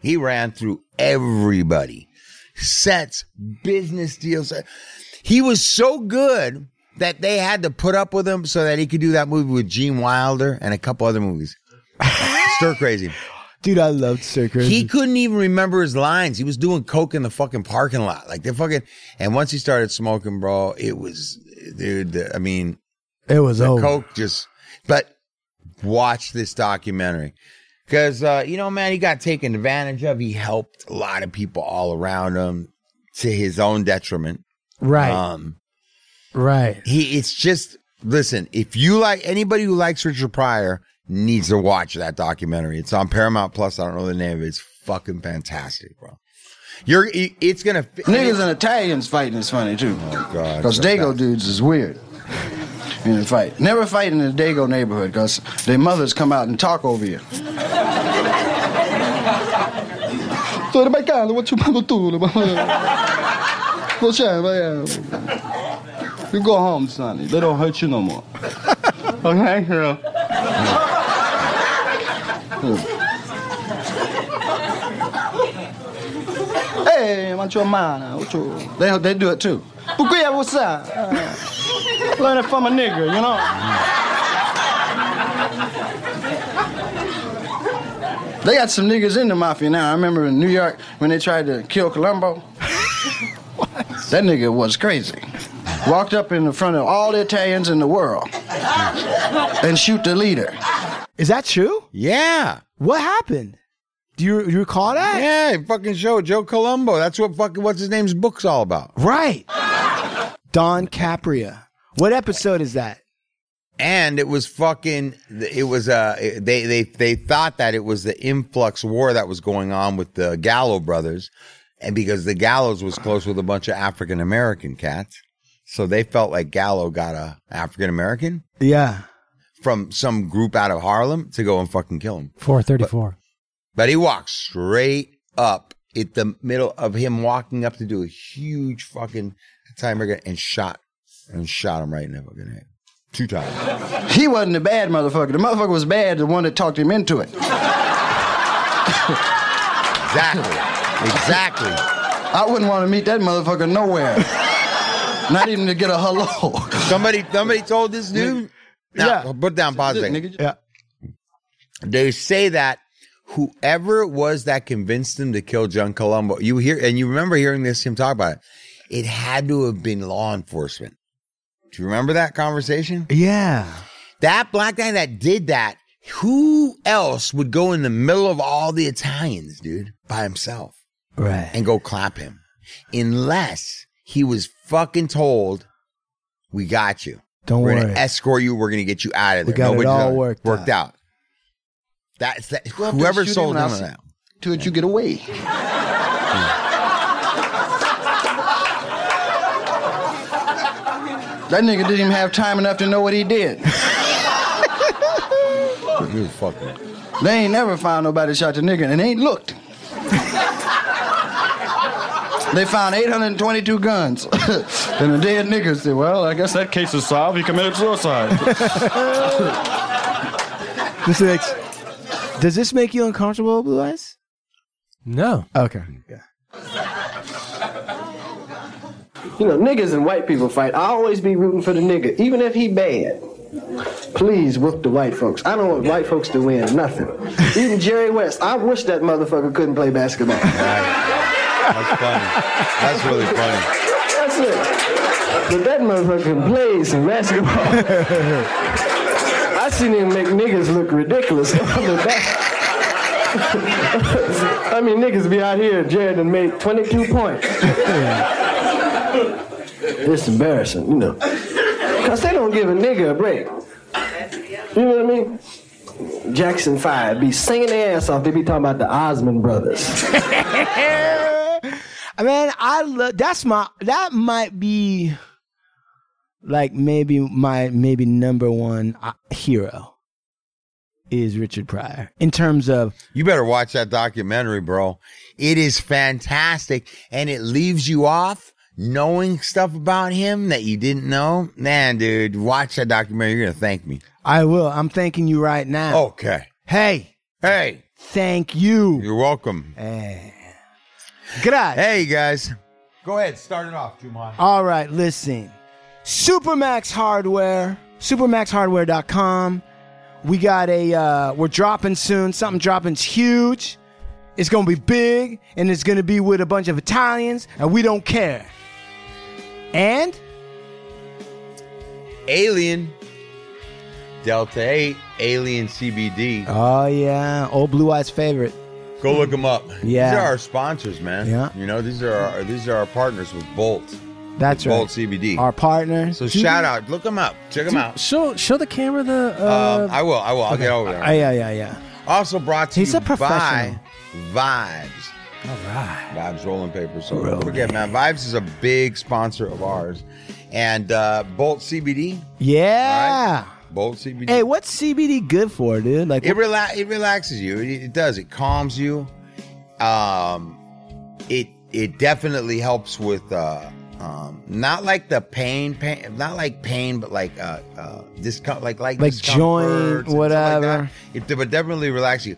[SPEAKER 2] He ran through everybody. Sets, business deals. He was so good that they had to put up with him so that he could do that movie with Gene Wilder and a couple other movies. Stir crazy.
[SPEAKER 1] Dude, I loved Sir Crazy.
[SPEAKER 2] He couldn't even remember his lines. He was doing coke in the fucking parking lot. Like they fucking and once he started smoking, bro, it was dude, the- I mean,
[SPEAKER 1] it was
[SPEAKER 2] the
[SPEAKER 1] over.
[SPEAKER 2] coke just but watch this documentary because uh, you know man he got taken advantage of he helped a lot of people all around him to his own detriment
[SPEAKER 1] Right.
[SPEAKER 2] um
[SPEAKER 1] right.
[SPEAKER 2] he it's just listen if you like anybody who likes richard pryor needs to watch that documentary it's on paramount plus i don't know the name of it it's fucking fantastic bro you're it- it's gonna fi- oh,
[SPEAKER 10] Niggas and Italians fighting is funny too. Because Dago dudes is weird in the fight. Never fight in the Dago neighborhood because their mothers come out and talk over you.
[SPEAKER 11] Tô brincando, vou te mando tudo. Você, vai.
[SPEAKER 10] eh. You go home, sonny. They don't hurt you no *laughs* more. okay, girl. Hmm.
[SPEAKER 11] Hey, want your mana? What you?
[SPEAKER 10] They, they do it too.
[SPEAKER 11] Porque você? Learn it from a nigger, you know?
[SPEAKER 10] They got some niggas in the mafia now. I remember in New York when they tried to kill Columbo. that nigga was crazy. walked up in the front of all the Italians in the world and shoot the leader.
[SPEAKER 1] Is that true?
[SPEAKER 2] Yeah.
[SPEAKER 1] What happened? Do you, you recall that?
[SPEAKER 2] Yeah, he fucking show Joe Colombo. That's what fucking what's his name's book's all about.
[SPEAKER 1] Right. Don Capria. What episode is that?
[SPEAKER 2] And it was fucking. It was uh. They they they thought that it was the influx war that was going on with the Gallo brothers, and because the Gallows was close with a bunch of African American cats, so they felt like Gallo got a African American
[SPEAKER 1] Yeah.
[SPEAKER 2] from some group out of Harlem to go and fucking kill him.
[SPEAKER 4] Four thirty-four.
[SPEAKER 2] But he walked straight up at the middle of him walking up to do a huge fucking timer gun and shot and shot him right in the fucking head. Two times.
[SPEAKER 10] He wasn't the bad motherfucker. The motherfucker was bad, the one that talked him into it.
[SPEAKER 2] exactly. Exactly.
[SPEAKER 10] I wouldn't want to meet that motherfucker nowhere. Not even to get a hello.
[SPEAKER 2] Somebody somebody told this dude. Now, Put down pause a second.
[SPEAKER 1] Yeah.
[SPEAKER 2] They say that whoever it was that convinced him to kill John Colombo, you hear and you remember hearing this him talk about it. It had to have been law enforcement. Do you remember that conversation?
[SPEAKER 1] Yeah.
[SPEAKER 2] That black guy that did that, who else would go in the middle of all the Italians, dude, by himself?
[SPEAKER 1] Right.
[SPEAKER 2] And go clap him. Unless he was fucking told, we got you.
[SPEAKER 1] Don't
[SPEAKER 2] we're
[SPEAKER 1] worry.
[SPEAKER 2] gonna escort you. We're gonna get you out of
[SPEAKER 1] We
[SPEAKER 2] there.
[SPEAKER 1] got it
[SPEAKER 2] Nobody's
[SPEAKER 1] all
[SPEAKER 2] gonna-
[SPEAKER 1] worked
[SPEAKER 2] out. That's that.
[SPEAKER 10] up there
[SPEAKER 2] Whoever
[SPEAKER 10] and shoot him
[SPEAKER 2] sold him
[SPEAKER 10] and
[SPEAKER 2] on
[SPEAKER 10] I'll
[SPEAKER 2] that.
[SPEAKER 10] To it, you get away. That nigga didn't even have time enough to know what he did.
[SPEAKER 2] You fucking.
[SPEAKER 10] They ain't never found nobody shot the nigga and ain't looked. they found 822 guns and a dead nigga said, well, I guess that case is solved. He committed suicide.
[SPEAKER 1] This makes, does this make you uncomfortable, Blue Eyes?
[SPEAKER 4] No.
[SPEAKER 1] Okay.
[SPEAKER 12] You know, niggas and white people fight. I always be rooting for the nigga, even if he bad. Please whoop the white folks. I don't want white folks to win nothing. Even Jerry West, I wish that motherfucker couldn't play basketball.
[SPEAKER 2] That's funny. That's really funny.
[SPEAKER 12] That's it. But that motherfucker can play some basketball. *laughs* I seen him make niggas look ridiculous *laughs* on the back. I mean, niggas be out here, Jared, and made 22 points. *laughs* it's embarrassing, you know. Because they don't give a nigga a break. You know what I mean? Jackson 5 be singing their ass off. They be talking about the Osmond brothers.
[SPEAKER 1] Man, I love that's my that might be like maybe my maybe number one uh, hero is Richard Pryor in terms of
[SPEAKER 2] You better watch that documentary, bro. It is fantastic and it leaves you off knowing stuff about him that you didn't know. Man, dude, watch that documentary. You're going to thank me.
[SPEAKER 1] I will. I'm thanking you right now.
[SPEAKER 2] Okay.
[SPEAKER 1] Hey.
[SPEAKER 2] Hey.
[SPEAKER 1] Thank you.
[SPEAKER 2] You're welcome.
[SPEAKER 1] Hey. Grazie.
[SPEAKER 2] Hey, guys. Go ahead. Start it off, Juman.
[SPEAKER 1] All right, listen. Supermax Hardware, supermaxhardware.com. We got a uh we're dropping soon. Something dropping's huge. It's going to be big and it's going to be with a bunch of Italians and we don't care. And
[SPEAKER 2] Alien. Delta 8. Alien CBD.
[SPEAKER 1] oh yeah, old Blue Eyes favorite.
[SPEAKER 2] Go look them up.
[SPEAKER 1] Yeah.
[SPEAKER 2] These are our sponsors, man.
[SPEAKER 1] Yeah.
[SPEAKER 2] You know, these are our, these are our partners with Bolt.
[SPEAKER 1] That's
[SPEAKER 2] Bolt
[SPEAKER 1] right.
[SPEAKER 2] CBD.
[SPEAKER 1] Our partner.
[SPEAKER 2] so shout out. Look them up. Check them out.
[SPEAKER 4] Show show the camera the. Uh,
[SPEAKER 2] Um, I will. I will. I'll get over there.
[SPEAKER 1] Oh, Yeah, yeah, yeah.
[SPEAKER 2] Also brought to
[SPEAKER 4] He's
[SPEAKER 2] you
[SPEAKER 4] a professional.
[SPEAKER 2] by Vibes.
[SPEAKER 4] All right.
[SPEAKER 2] Vibes Rolling Paper. So don't forget, man. Vibes is a big sponsor of ours. And uh, Bolt CBD.
[SPEAKER 1] Yeah.
[SPEAKER 2] Bolt CBD.
[SPEAKER 1] Hey, what's CBD good for, dude? Like
[SPEAKER 2] it, rela- it relaxes you. It, it does. It calms you. Um, it it definitely helps with uh, um, not like the pain, pain, not like pain, but like uh, uh, discomfort, like like
[SPEAKER 1] Like joint,
[SPEAKER 2] discomforts and stuff like that.
[SPEAKER 1] whatever.
[SPEAKER 2] It de- but definitely relax you.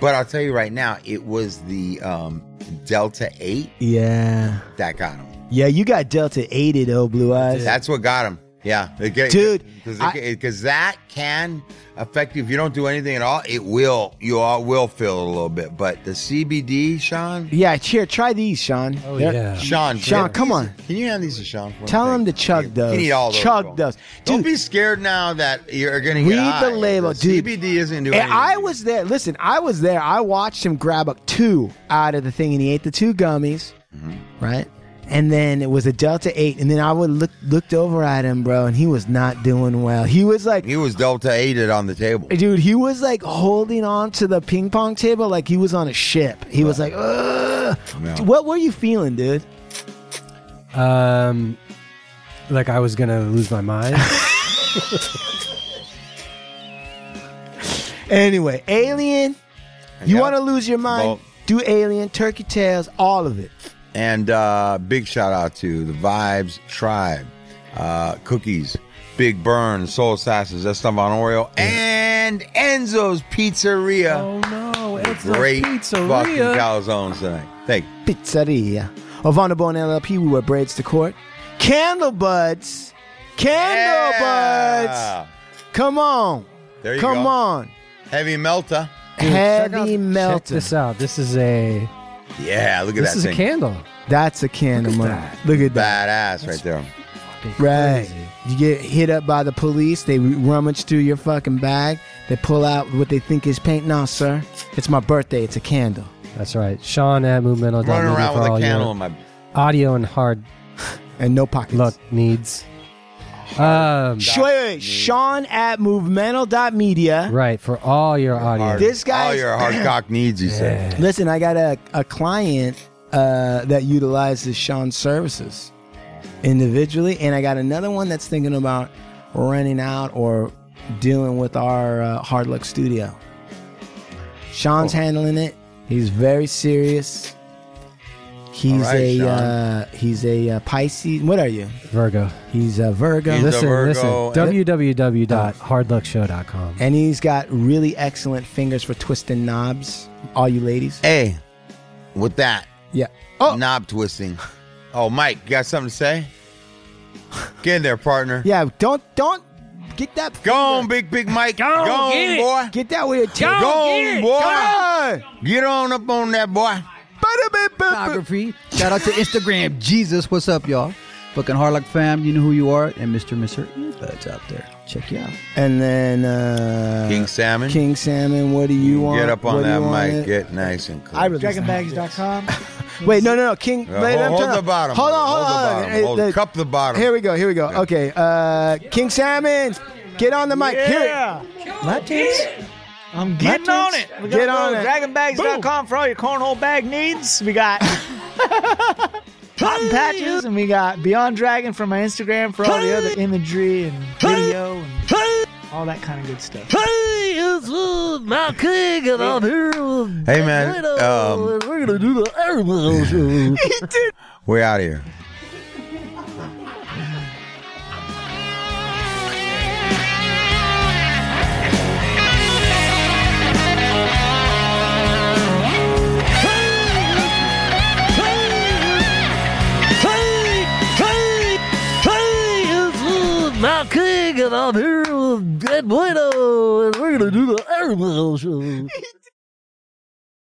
[SPEAKER 2] But I'll tell you right now, it was the um, Delta Eight
[SPEAKER 1] yeah.
[SPEAKER 2] that got him.
[SPEAKER 1] Yeah, you got Delta 80 though, Blue Eyes.
[SPEAKER 2] That's what got him. Yeah, dude, because that can affect you if you don't do anything at all. It will, you all will feel it a little bit. But the CBD, Sean.
[SPEAKER 1] Yeah, here, try these, Sean.
[SPEAKER 2] Oh
[SPEAKER 1] They're-
[SPEAKER 2] Sean.
[SPEAKER 1] Sean,
[SPEAKER 2] can-
[SPEAKER 1] come on.
[SPEAKER 2] Can you hand these to Sean? for me?
[SPEAKER 1] Tell him to chug those.
[SPEAKER 2] You need all those.
[SPEAKER 1] Chug
[SPEAKER 2] bro.
[SPEAKER 1] those.
[SPEAKER 2] Don't be scared now that you're going to get
[SPEAKER 1] Read
[SPEAKER 2] high.
[SPEAKER 1] the label, dude.
[SPEAKER 2] CBD isn't doing
[SPEAKER 1] And
[SPEAKER 2] anything.
[SPEAKER 1] I was there. Listen, I was there. I watched him grab up two out of the thing, and he ate the two gummies,
[SPEAKER 2] Mm-hmm.
[SPEAKER 1] right? And then it was a Delta Eight, and then I would look looked over at him, bro, and he was not doing well. He was like,
[SPEAKER 2] he was Delta 8 it on the table.
[SPEAKER 1] dude, he was like holding on to the ping pong table like he was on a ship. He was like, Ugh.
[SPEAKER 2] Yeah.
[SPEAKER 1] what were you feeling, dude?
[SPEAKER 4] Um, like I was gonna lose my mind.
[SPEAKER 1] Anyway, Alien. You
[SPEAKER 2] Yeah.
[SPEAKER 1] want to lose your mind?
[SPEAKER 2] Well-
[SPEAKER 1] do Alien, Turkey Tails, all of it.
[SPEAKER 2] And uh, big shout out to the Vibes Tribe, uh, Cookies, Big Burn, Soul Assassins, that's stuff on Oreo, and Enzo's Pizzeria. Oh
[SPEAKER 4] no,
[SPEAKER 1] Enzo's
[SPEAKER 2] Great
[SPEAKER 1] Pizzeria.
[SPEAKER 2] fucking calzones tonight. Thank you.
[SPEAKER 1] Pizzeria. Avana Bone LLP, we wear braids to court. Candle buds. Candle
[SPEAKER 2] Yeah.
[SPEAKER 1] buds. Come on.
[SPEAKER 2] There you
[SPEAKER 1] Come
[SPEAKER 2] go.
[SPEAKER 1] on.
[SPEAKER 2] Heavy Melter.
[SPEAKER 1] Heavy
[SPEAKER 4] Check
[SPEAKER 1] melter.
[SPEAKER 4] this out. This is a
[SPEAKER 2] Yeah, look at
[SPEAKER 4] this
[SPEAKER 2] that
[SPEAKER 4] is
[SPEAKER 2] thing.
[SPEAKER 4] a candle.
[SPEAKER 1] That's a candle,
[SPEAKER 4] Look
[SPEAKER 1] man.
[SPEAKER 4] at that.
[SPEAKER 1] Look at that.
[SPEAKER 2] Badass right there.
[SPEAKER 1] Right. You get hit up by the police. They rummage through your fucking bag. They pull out what they think is paint. No, sir. It's my birthday. It's a candle.
[SPEAKER 4] That's right. Sean at movemental.
[SPEAKER 2] I'm running around with a candle in my.
[SPEAKER 4] audio and hard
[SPEAKER 1] and no pockets.
[SPEAKER 4] Luck needs. Um,
[SPEAKER 1] Sh- Wait, wait, Sean at movemental.media.
[SPEAKER 4] right for all your audio.
[SPEAKER 1] This guy.
[SPEAKER 2] All your hard cock needs, you said.
[SPEAKER 1] Listen, I got a, a client uh, that utilizes Sean's services individually, and I got another one that's thinking about running out or dealing with our uh, Hard Luck Studio. Sean's handling it. He's very serious. He's
[SPEAKER 4] right,
[SPEAKER 1] a
[SPEAKER 4] Sean.
[SPEAKER 1] uh, he's a uh, Pisces. What are you?
[SPEAKER 4] Virgo.
[SPEAKER 1] He's a Virgo.
[SPEAKER 4] listen, listen. www.hardluckshow.com.
[SPEAKER 1] And he's got really excellent fingers for twisting knobs. All you ladies.
[SPEAKER 2] Hey, with that.
[SPEAKER 1] Yeah.
[SPEAKER 2] Knob twisting. Oh, Mike, you got something to say? Get in there, partner.
[SPEAKER 1] Yeah, don't don't get that.
[SPEAKER 2] Go on, big big Mike. Go on, boy.
[SPEAKER 1] Get that with your teeth.
[SPEAKER 2] Go on, boy.
[SPEAKER 1] Go
[SPEAKER 2] Get on up on that boy.
[SPEAKER 13] Photography. Shout out to Instagram. Jesus, what's up, y'all? Fucking Harlock fam, you know who you are. And Mr. Mr. Earbuds out there. Check you out.
[SPEAKER 1] And then uh,
[SPEAKER 2] King Salmon.
[SPEAKER 1] King Salmon, what do you, want?
[SPEAKER 2] Get up on
[SPEAKER 1] What do
[SPEAKER 2] that
[SPEAKER 1] you want
[SPEAKER 2] mic.
[SPEAKER 1] it?
[SPEAKER 2] Get nice and cool.
[SPEAKER 1] I really Wait, no, no, no. King.
[SPEAKER 2] Yeah,
[SPEAKER 1] wait,
[SPEAKER 2] hold-
[SPEAKER 1] I'm
[SPEAKER 2] hold
[SPEAKER 1] trying
[SPEAKER 2] the
[SPEAKER 1] to-
[SPEAKER 2] bottom,
[SPEAKER 1] Hold on,
[SPEAKER 2] hold
[SPEAKER 1] hold
[SPEAKER 2] the
[SPEAKER 1] on.
[SPEAKER 2] bottom,
[SPEAKER 1] Hey,
[SPEAKER 2] hold- cup the bottom.
[SPEAKER 1] Here we go. Here we go. Okay, uh, King Salmon, get on the mic.
[SPEAKER 6] Yeah.
[SPEAKER 1] Here, lap dance.
[SPEAKER 6] I'm getting on it. We're
[SPEAKER 1] Get
[SPEAKER 6] gonna
[SPEAKER 1] on
[SPEAKER 6] go
[SPEAKER 1] it.
[SPEAKER 6] to dragonbags.com for all your cornhole bag needs. We
[SPEAKER 1] *laughs*
[SPEAKER 6] got Cotton Patches and we got Beyond Dragon from my Instagram for all the other imagery and video and all that kind of good stuff.
[SPEAKER 14] Hey, it's uh, Matt King, and I'm here with
[SPEAKER 2] Hey, man, um,
[SPEAKER 14] Dino, and we're gonna do the
[SPEAKER 2] *laughs*
[SPEAKER 14] Airmail Show.
[SPEAKER 2] We're out of here.
[SPEAKER 14] Hey, hey, hey, it's uh, Matt King, and I'm here with Ed Bueno, and we're gonna do the Airmail Show.